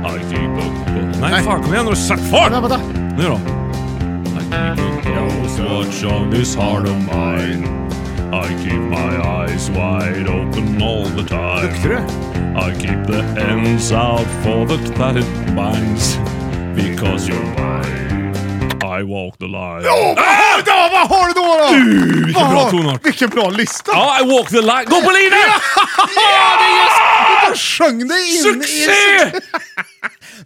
B: I keep a close... Nej,
D: Nej.
B: fan kom igen nu. Sätt fart!
D: Vänta, vänta.
B: Nu då. I keep a close watch on this heart of mine. I keep my eyes wide open all the time.
D: Duktig du.
B: I keep the ends out for the tatted binds because you're mine. I walk the line.
D: Åh, vad, har, då, vad har du då? då?
B: vilken
D: Vad
B: bra
D: har-
B: tonart.
D: Vilken bra lista!
B: Ja, I walk the line. Gå på linjen!
D: Du sjöng dig in i...
B: Succé!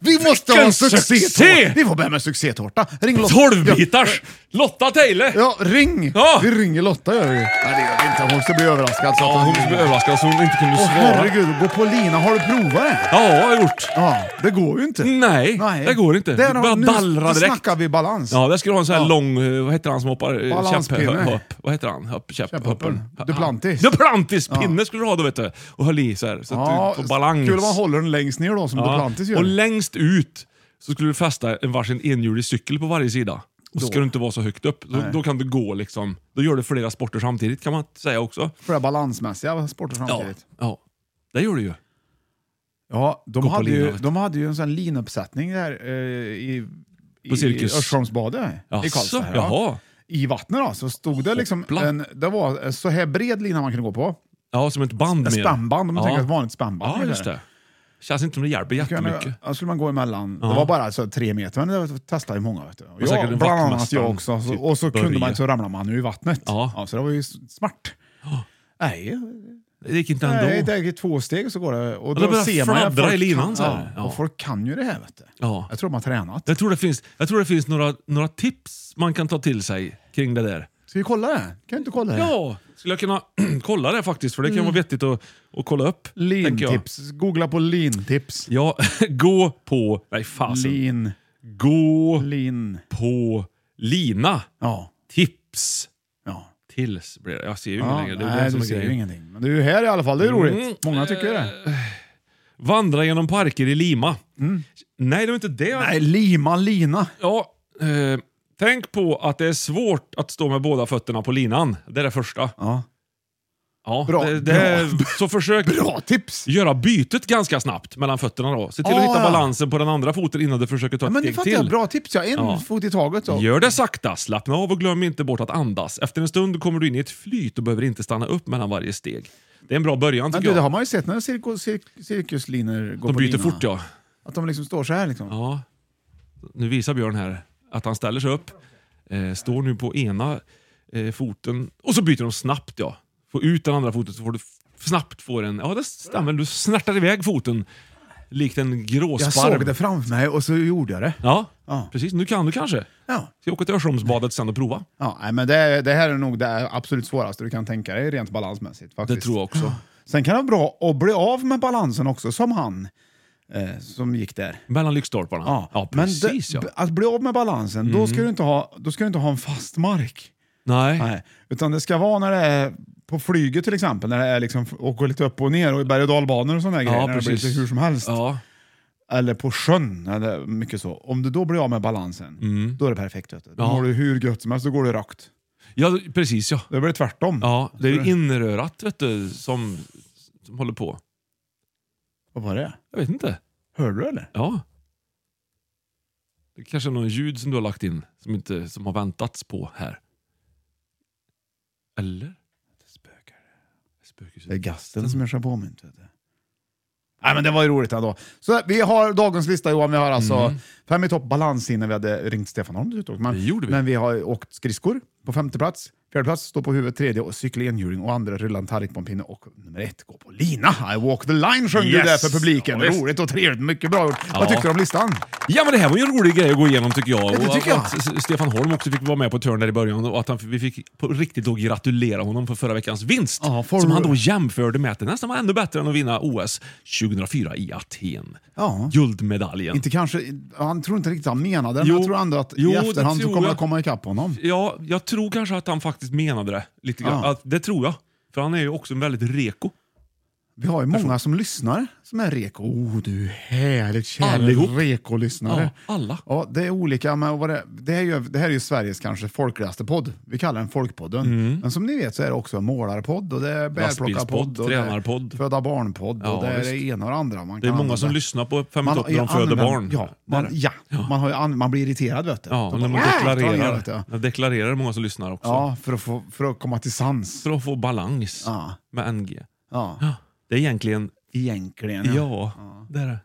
D: Vi måste ha en
B: Vilken succé!
D: succé! Vi får börja med succétårta. Ring Lotta.
B: Tolvbitars! Lotta Teile!
D: Ja, ring!
B: Ja.
D: Vi ringer Lotta gör vi. Nej, det gör vi inte. Hon ska bli överraskad. Så att
B: Ja, hon blev överraskad så hon inte kunde
D: Åh,
B: svara.
D: herregud, gå på lina. Har du provat det?
B: Ja, jag har gjort.
D: Ja, det går ju inte.
B: Nej, det går inte.
D: Där
B: Det
D: har-
B: bara
D: nu-
B: dallrar
D: Nu
B: direkt.
D: snackar vi balans.
B: Ja, där ska du ha en sån här
D: Ja.
B: lång, eh, vad heter han som hoppar? eh,
D: Balanspinne.
B: käpp- hö- Hopp. Vad heter han? Höpp, käpp,
D: Käpphoppen.
B: hoppen.
D: Duplantis.
B: Duplantis! Pinne skulle du ha då vet du. Och höll i så här, så att du får balans.
D: Kul om man håller den längst ner då, som
B: Ja.
D: Duplantis gör.
B: Och längst ut så skulle du fästa en varsin enhjulig cykel på varje sida. Och så ska du inte vara så högt upp. Då, då kan du gå liksom. Då gör du flera sporter samtidigt kan man säga också.
D: För det balansmässiga sporter samtidigt.
B: Ja, ja. det gör du ju.
D: Ja, de,
B: Gå på
D: hade
B: lina,
D: ju,
B: vet du.
D: de hade ju en sån linuppsättning där eh, i, i,
B: På Cirkus.
D: i Örsholmsbadet i Karlstad.
B: Jaså,
D: här, ja.
B: Jaha.
D: I vattnet då, så stod det liksom
B: Hoppla.
D: en, det var en så här bred lina man kunde gå på.
B: Ja, som ett band
D: Ett
B: mer.
D: spännband, om man
B: Ja.
D: tänker ett vanligt spännband.
B: Ja, just det. Känns inte som det hjälper jättemycket.
D: Då skulle man gå emellan. Det var bara alltså, tre meter, men det testade ju många. Vet du. Och
B: säkert en
D: Jag, bland annat
B: vaktmästare,
D: jag också. Så,
B: typ
D: och så kunde man
B: Börje.
D: ju- så ramlade man ju i vattnet.
B: Ja.
D: så det var ju s- smart. Nej,
B: Det gick inte ändå.
D: nej, det är två steg och så går det. Och
B: Ja, det börjar
D: ju
B: fladdra
D: folk
B: i linan
D: kan,
B: så här.
D: Ja,
B: Ja.
D: Och folk kan ju det här vet du.
B: Ja.
D: Jag tror de har tränat.
B: Jag tror det finns, jag tror det finns några, några tips man kan ta till sig kring det där.
D: Ska vi kolla det? Kan vi inte kolla det?
B: Ja, skulle jag kunna kolla det faktiskt, för det kan
D: Mm.
B: vara vettigt att, att kolla upp. tänker jag.
D: Lintips. Googla på lintips.
B: Ja, alltså. gå på... Nej, fasen.
D: Lin.
B: Gå
D: Lin.
B: på lina.
D: Ja.
B: Tips.
D: ja.
B: Tills blir det. Jag ser ju inget
D: ja
B: längre. Det är det
D: nej,
B: som
D: du
B: är
D: ser ju
B: grejen.
D: ingenting. Men du är ju här i alla fall. Det är roligt.
B: Mm.
D: Många tycker det.
B: Vandra genom parker i Lima. Nej, det var inte det.
D: Mm. Nej, lima lina.
B: Ja, eh, tänk på att det är svårt att stå med båda fötterna på linan. Det är det första.
D: Ja.
B: Ja,
D: Bra,
B: det, det,
D: bra.
B: Så försök
D: Bra tips!
B: göra bytet ganska snabbt mellan fötterna. Då. Se till
D: Ah,
B: att hitta
D: ja.
B: balansen på den andra foten innan du försöker ta
D: Ja,
B: ett
D: men nu
B: steg
D: fattar
B: till.
D: jag. Bra tips. Ja. En
B: Ja.
D: fot i taget. Så.
B: Gör det sakta, slappna av och glöm inte bort att andas. Efter en stund kommer du in i ett flyt och behöver inte stanna upp mellan varje steg. Det är en bra början
D: Men
B: tycker
D: du, det har
B: jag.
D: man ju sett när cirko, cirk, cirkuslinor går
B: De
D: på
B: byter
D: linan.
B: fort ja.
D: Att de liksom står så här liksom.
B: ja. Nu visar Björn här att han ställer sig upp, eh, står nu på ena eh, foten och så byter de snabbt ja. Få ut den andra foten så får du f- snabbt får en... Ja det stämmer, du snärtar iväg foten likt en
D: Jag
B: gråsparv.
D: såg det framför mig och så gjorde jag det.
B: Ja, precis. Nu kan du kanske.
D: Ja.
B: Ska jag åka till Örsundsbadet sen och prova?
D: Ja, nej, men det, det här är nog det absolut svåraste du kan tänka dig rent balansmässigt. Faktiskt.
B: Det tror jag också.
D: Sen kan det vara bra att bli av med balansen också, som han eh, som gick där.
B: Mellan lyktstolparna?
D: Ja, men det-
B: precis ja. Mm.
D: b- Att bli av med balansen, då, ska du inte ha, då ska du inte ha en fast mark.
B: Nej.
D: Nej, utan det ska vara när det är på flyget till exempel, när det är liksom, åker lite upp och ner och i berg och dalbanor och sådana där
B: Ja,
D: grejer, när det blir
B: precis.
D: lite hur som helst.
B: Ja.
D: Eller på sjön, eller mycket så. Om du då blir av med balansen, då är det perfekt. Vet du. Då
B: Mm. Ja.
D: mår du hur gött som helst, då går du rakt.
B: ja, precis ja.
D: Då blir det tvärtom.
B: ja det är ju innerörat vet du, som, som håller på.
D: Vad var det?
B: Jag vet inte.
D: Hörde du eller?
B: Ja. Det kanske är någon ljud som du har lagt in som, inte, som har väntats på här. Eller? Det spökar.
D: Det är gasten som gör sig påmint. Vet du. Nej, men det var ju roligt ändå. Så vi har dagens lista Johan. Vi har alltså fem i topp balans innan vi hade ringt Stefan Holm. dessutom. Men,
B: Mm. Det gjorde vi.
D: men vi har åkt skridskor på femte plats. Fjärde plats står på huvudet, tredje och cykel enhjuling och andra rullan tarik på en pinne och nummer ett går på lina. I walk the line sjöng du
B: Yes.
D: där för publiken.
B: Ja, visst.
D: Roligt och trevligt, mycket bra gjort.
B: Ja.
D: Vad tyckte du om listan?
B: Ja men det här var ju en rolig grej att gå igenom tycker jag.
D: det
B: Och
D: tycker jag.
B: att S- Stefan Holm också fick vara med på ett hörn där i början och att han, vi fick på riktigt då gratulera honom för förra veckans vinst.
D: Ja, får
B: som
D: du-
B: han då jämförde med att det nästan var ännu bättre än att vinna OS 2004 i Aten.
D: Ja.
B: Guldmedaljen.
D: Inte kanske, han tror inte riktigt han menade den, men
B: Jo.
D: jag tror ändå att
B: Jo,
D: i
B: det
D: efterhand så
B: tror
D: kommer
B: jag.
D: det komma ikapp honom.
B: Ja, jag tror kanske att han faktiskt menade det. Lite grann.
D: Ja.
B: Att, det tror jag. För han är ju också en väldigt reko.
D: Vi har ju många som lyssnar som är reko. Oh, du härligt kära
B: Allihop.
D: reko-lyssnare.
B: Ja,
D: Ja.
B: alla.
D: det är olika. Men vad det, det, här är ju, det här är ju Sveriges kanske folkligaste podd. Vi kallar den Folkpodden. Men som ni vet så är det också en målarpodd och det är bärplockarpodd.
B: Mm. Lastbilspodd,
D: och det är
B: tränarpodd.
D: Föda barnpodd
B: Ja,
D: och det är
B: visst.
D: det ena och det andra. Man
B: Det är
D: kan
B: många
D: använda.
B: som lyssnar på Fem i
D: Man-
B: topp när de
D: ja,
B: föder
D: använder-
B: barn.
D: Ja,
B: Det
D: man,
B: är det.
D: ja, Man, har ju an, man blir irriterad vet du.
B: Ja,
D: Då
B: när man
D: bara, "Äh!"
B: deklarerar.
D: vet du.
B: När deklarerar är många som lyssnar också.
D: Ja, för att, få, för att komma till sans.
B: För att få balans
D: Ja,
B: med NG.
D: ja.
B: Ja, Det är egentligen...
D: Egentligen.
B: Ja, det är det.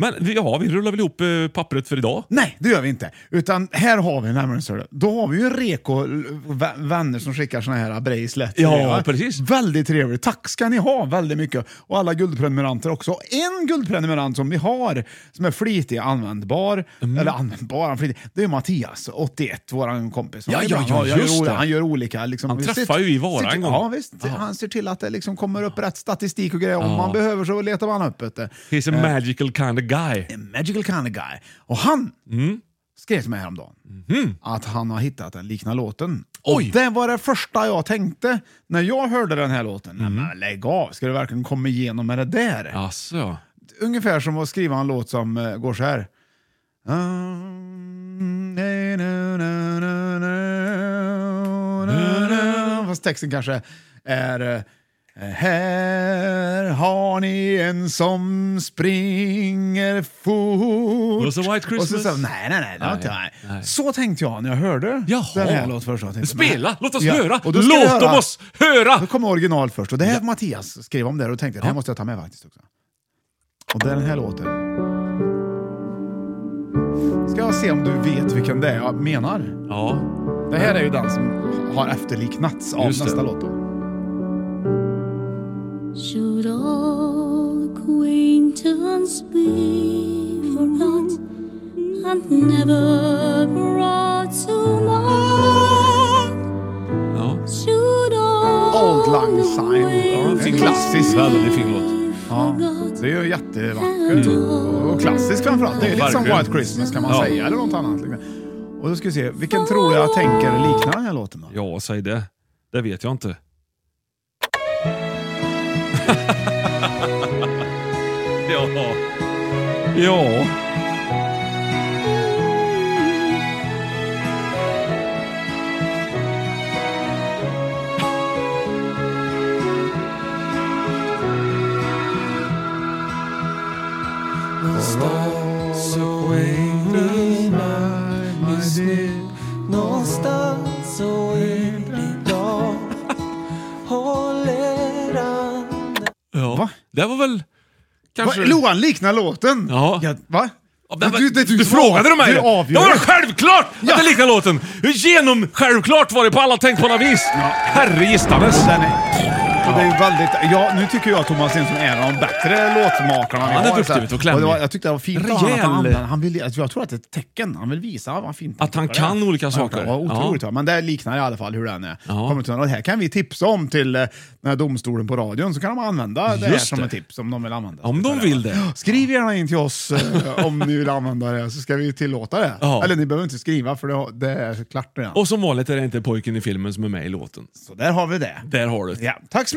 B: Men vi- ja, vi rullar väl ihop eh, pappret för idag.
D: Nej, det gör vi inte. Utan här har vi nämligen, så då har vi ju en reko v- vänner som skickar såna här bracelet.
B: Ja, precis.
D: Väldigt trevligt. Tack ska ni ha väldigt mycket. Och alla guldprenumeranter också. Och En guldprenumerant som vi har, som är flitig användbar,
B: Mm.
D: eller användbar, han är flitig, det är Mattias, 81, vår kompis. Han
B: Ja,
D: är
B: ja,
D: bra.
B: ja,
D: han, gör
B: just
D: olika-
B: det.
D: han gör olika... Liksom,
B: Han
D: vi
B: träffar ju i Vara
D: ser-
B: en gång.
D: Ja, visst.
B: Ja.
D: Han ser till att det liksom kommer upp rätt statistik och grejer. Om man behöver så letar man upp det.
B: He's a
D: Eh,
B: magical kind of guy.
D: a magical kind of guy. Och han skrev till mig häromdagen att han har hittat den liknande låten.
B: Oj!
D: Och Det var det första jag tänkte när jag hörde den här låten. Nej, Men lägg av, ska du verkligen komma igenom med det där?
B: Jaså, ja.
D: Ungefär som att skriva en låt som eh, går så här. Mm, nej, na, na, na, na, na, na. Fast texten kanske är... eh, Här har ni en som springer fort.
B: Och så White Christmas.
D: Och så, så, nej, nej, nej, det var inte-
B: Nej,
D: nej.
B: nej.
D: Så tänkte jag när jag hörde
B: Jaha.
D: den här låten först. Jag tänkte,
B: Spela!
D: nej.
B: Låt oss
D: Ja,
B: höra!
D: och då ska vi
B: Låt
D: höra.
B: oss höra!
D: Då kommer original först. Och det här Mattias skrev om det här och tänkte det här måste jag ta med faktiskt också. Och det är den här låten. Ska jag se om du vet vilken det är jag menar?
B: Ja.
D: Det här är ju den som har efterliknats av
B: Just det.
D: nästa låt. då.
I: Should all acquaintance be forgot and never brought to mind?
B: ja.
I: Should all
D: Old Lang Syne.
B: Ja, en fin låt.
D: Klassisk.
B: Väldigt fin låt.
D: Ja, det är ju jättevackert. Och klassisk framförallt. Det är lite som
B: Verkligen.
D: White Christmas kan man
B: Ja.
D: säga, eller något annat. liksom. Och då ska vi se, vilken tror jag tänker liknar den här låten? Då?
B: Ja, säg det. Det vet jag inte. ja. Ja. ja.
D: Va?
B: Det var väl
D: Va,
B: kanske...
D: Loan liknar låten!
B: Ja.
D: va?
B: Ja, men-
D: du, det är som
B: du frågade
D: av-
B: dem mig!
D: Du
B: Det
D: avgör.
B: var självklart att det liknar låten! Hur genom självklart var det på alla tänkbara vis! Herre gistandes!
D: Den är Och det är väldigt, ja, nu tycker jag att Thomas Jönsson är en av de bättre låtmakarna vi
B: Han är
D: har,
B: duktig,
D: så här.
B: vet du, och klämmig.
D: Och det var- Jag tyckte det var fint av honom att
B: Rejäl.
D: han använde, han vill, Jag tror att det är ett tecken. Han vill visa vad fint
B: Att han
D: tycker det är.
B: kan olika
D: Ja,
B: saker.
D: Ja, otroligt.
B: Ja.
D: va. Men det liknar i alla fall hur den är. Kommer till, och det här kan vi tipsa om till eh, den här domstolen på radion, så kan de använda det här
B: Just
D: som
B: det.
D: ett tips om de vill använda det.
B: Om de vill det.
D: Skriv gärna in till oss eh, om ni vill använda det, så ska vi tillåta det.
B: Ja.
D: Eller ni behöver inte skriva, för det, har- det är klart redan.
B: Och som vanligt är det inte pojken i filmen som är med i låten.
D: Så där har vi det.
B: Där har du det.
D: Ja. Tack så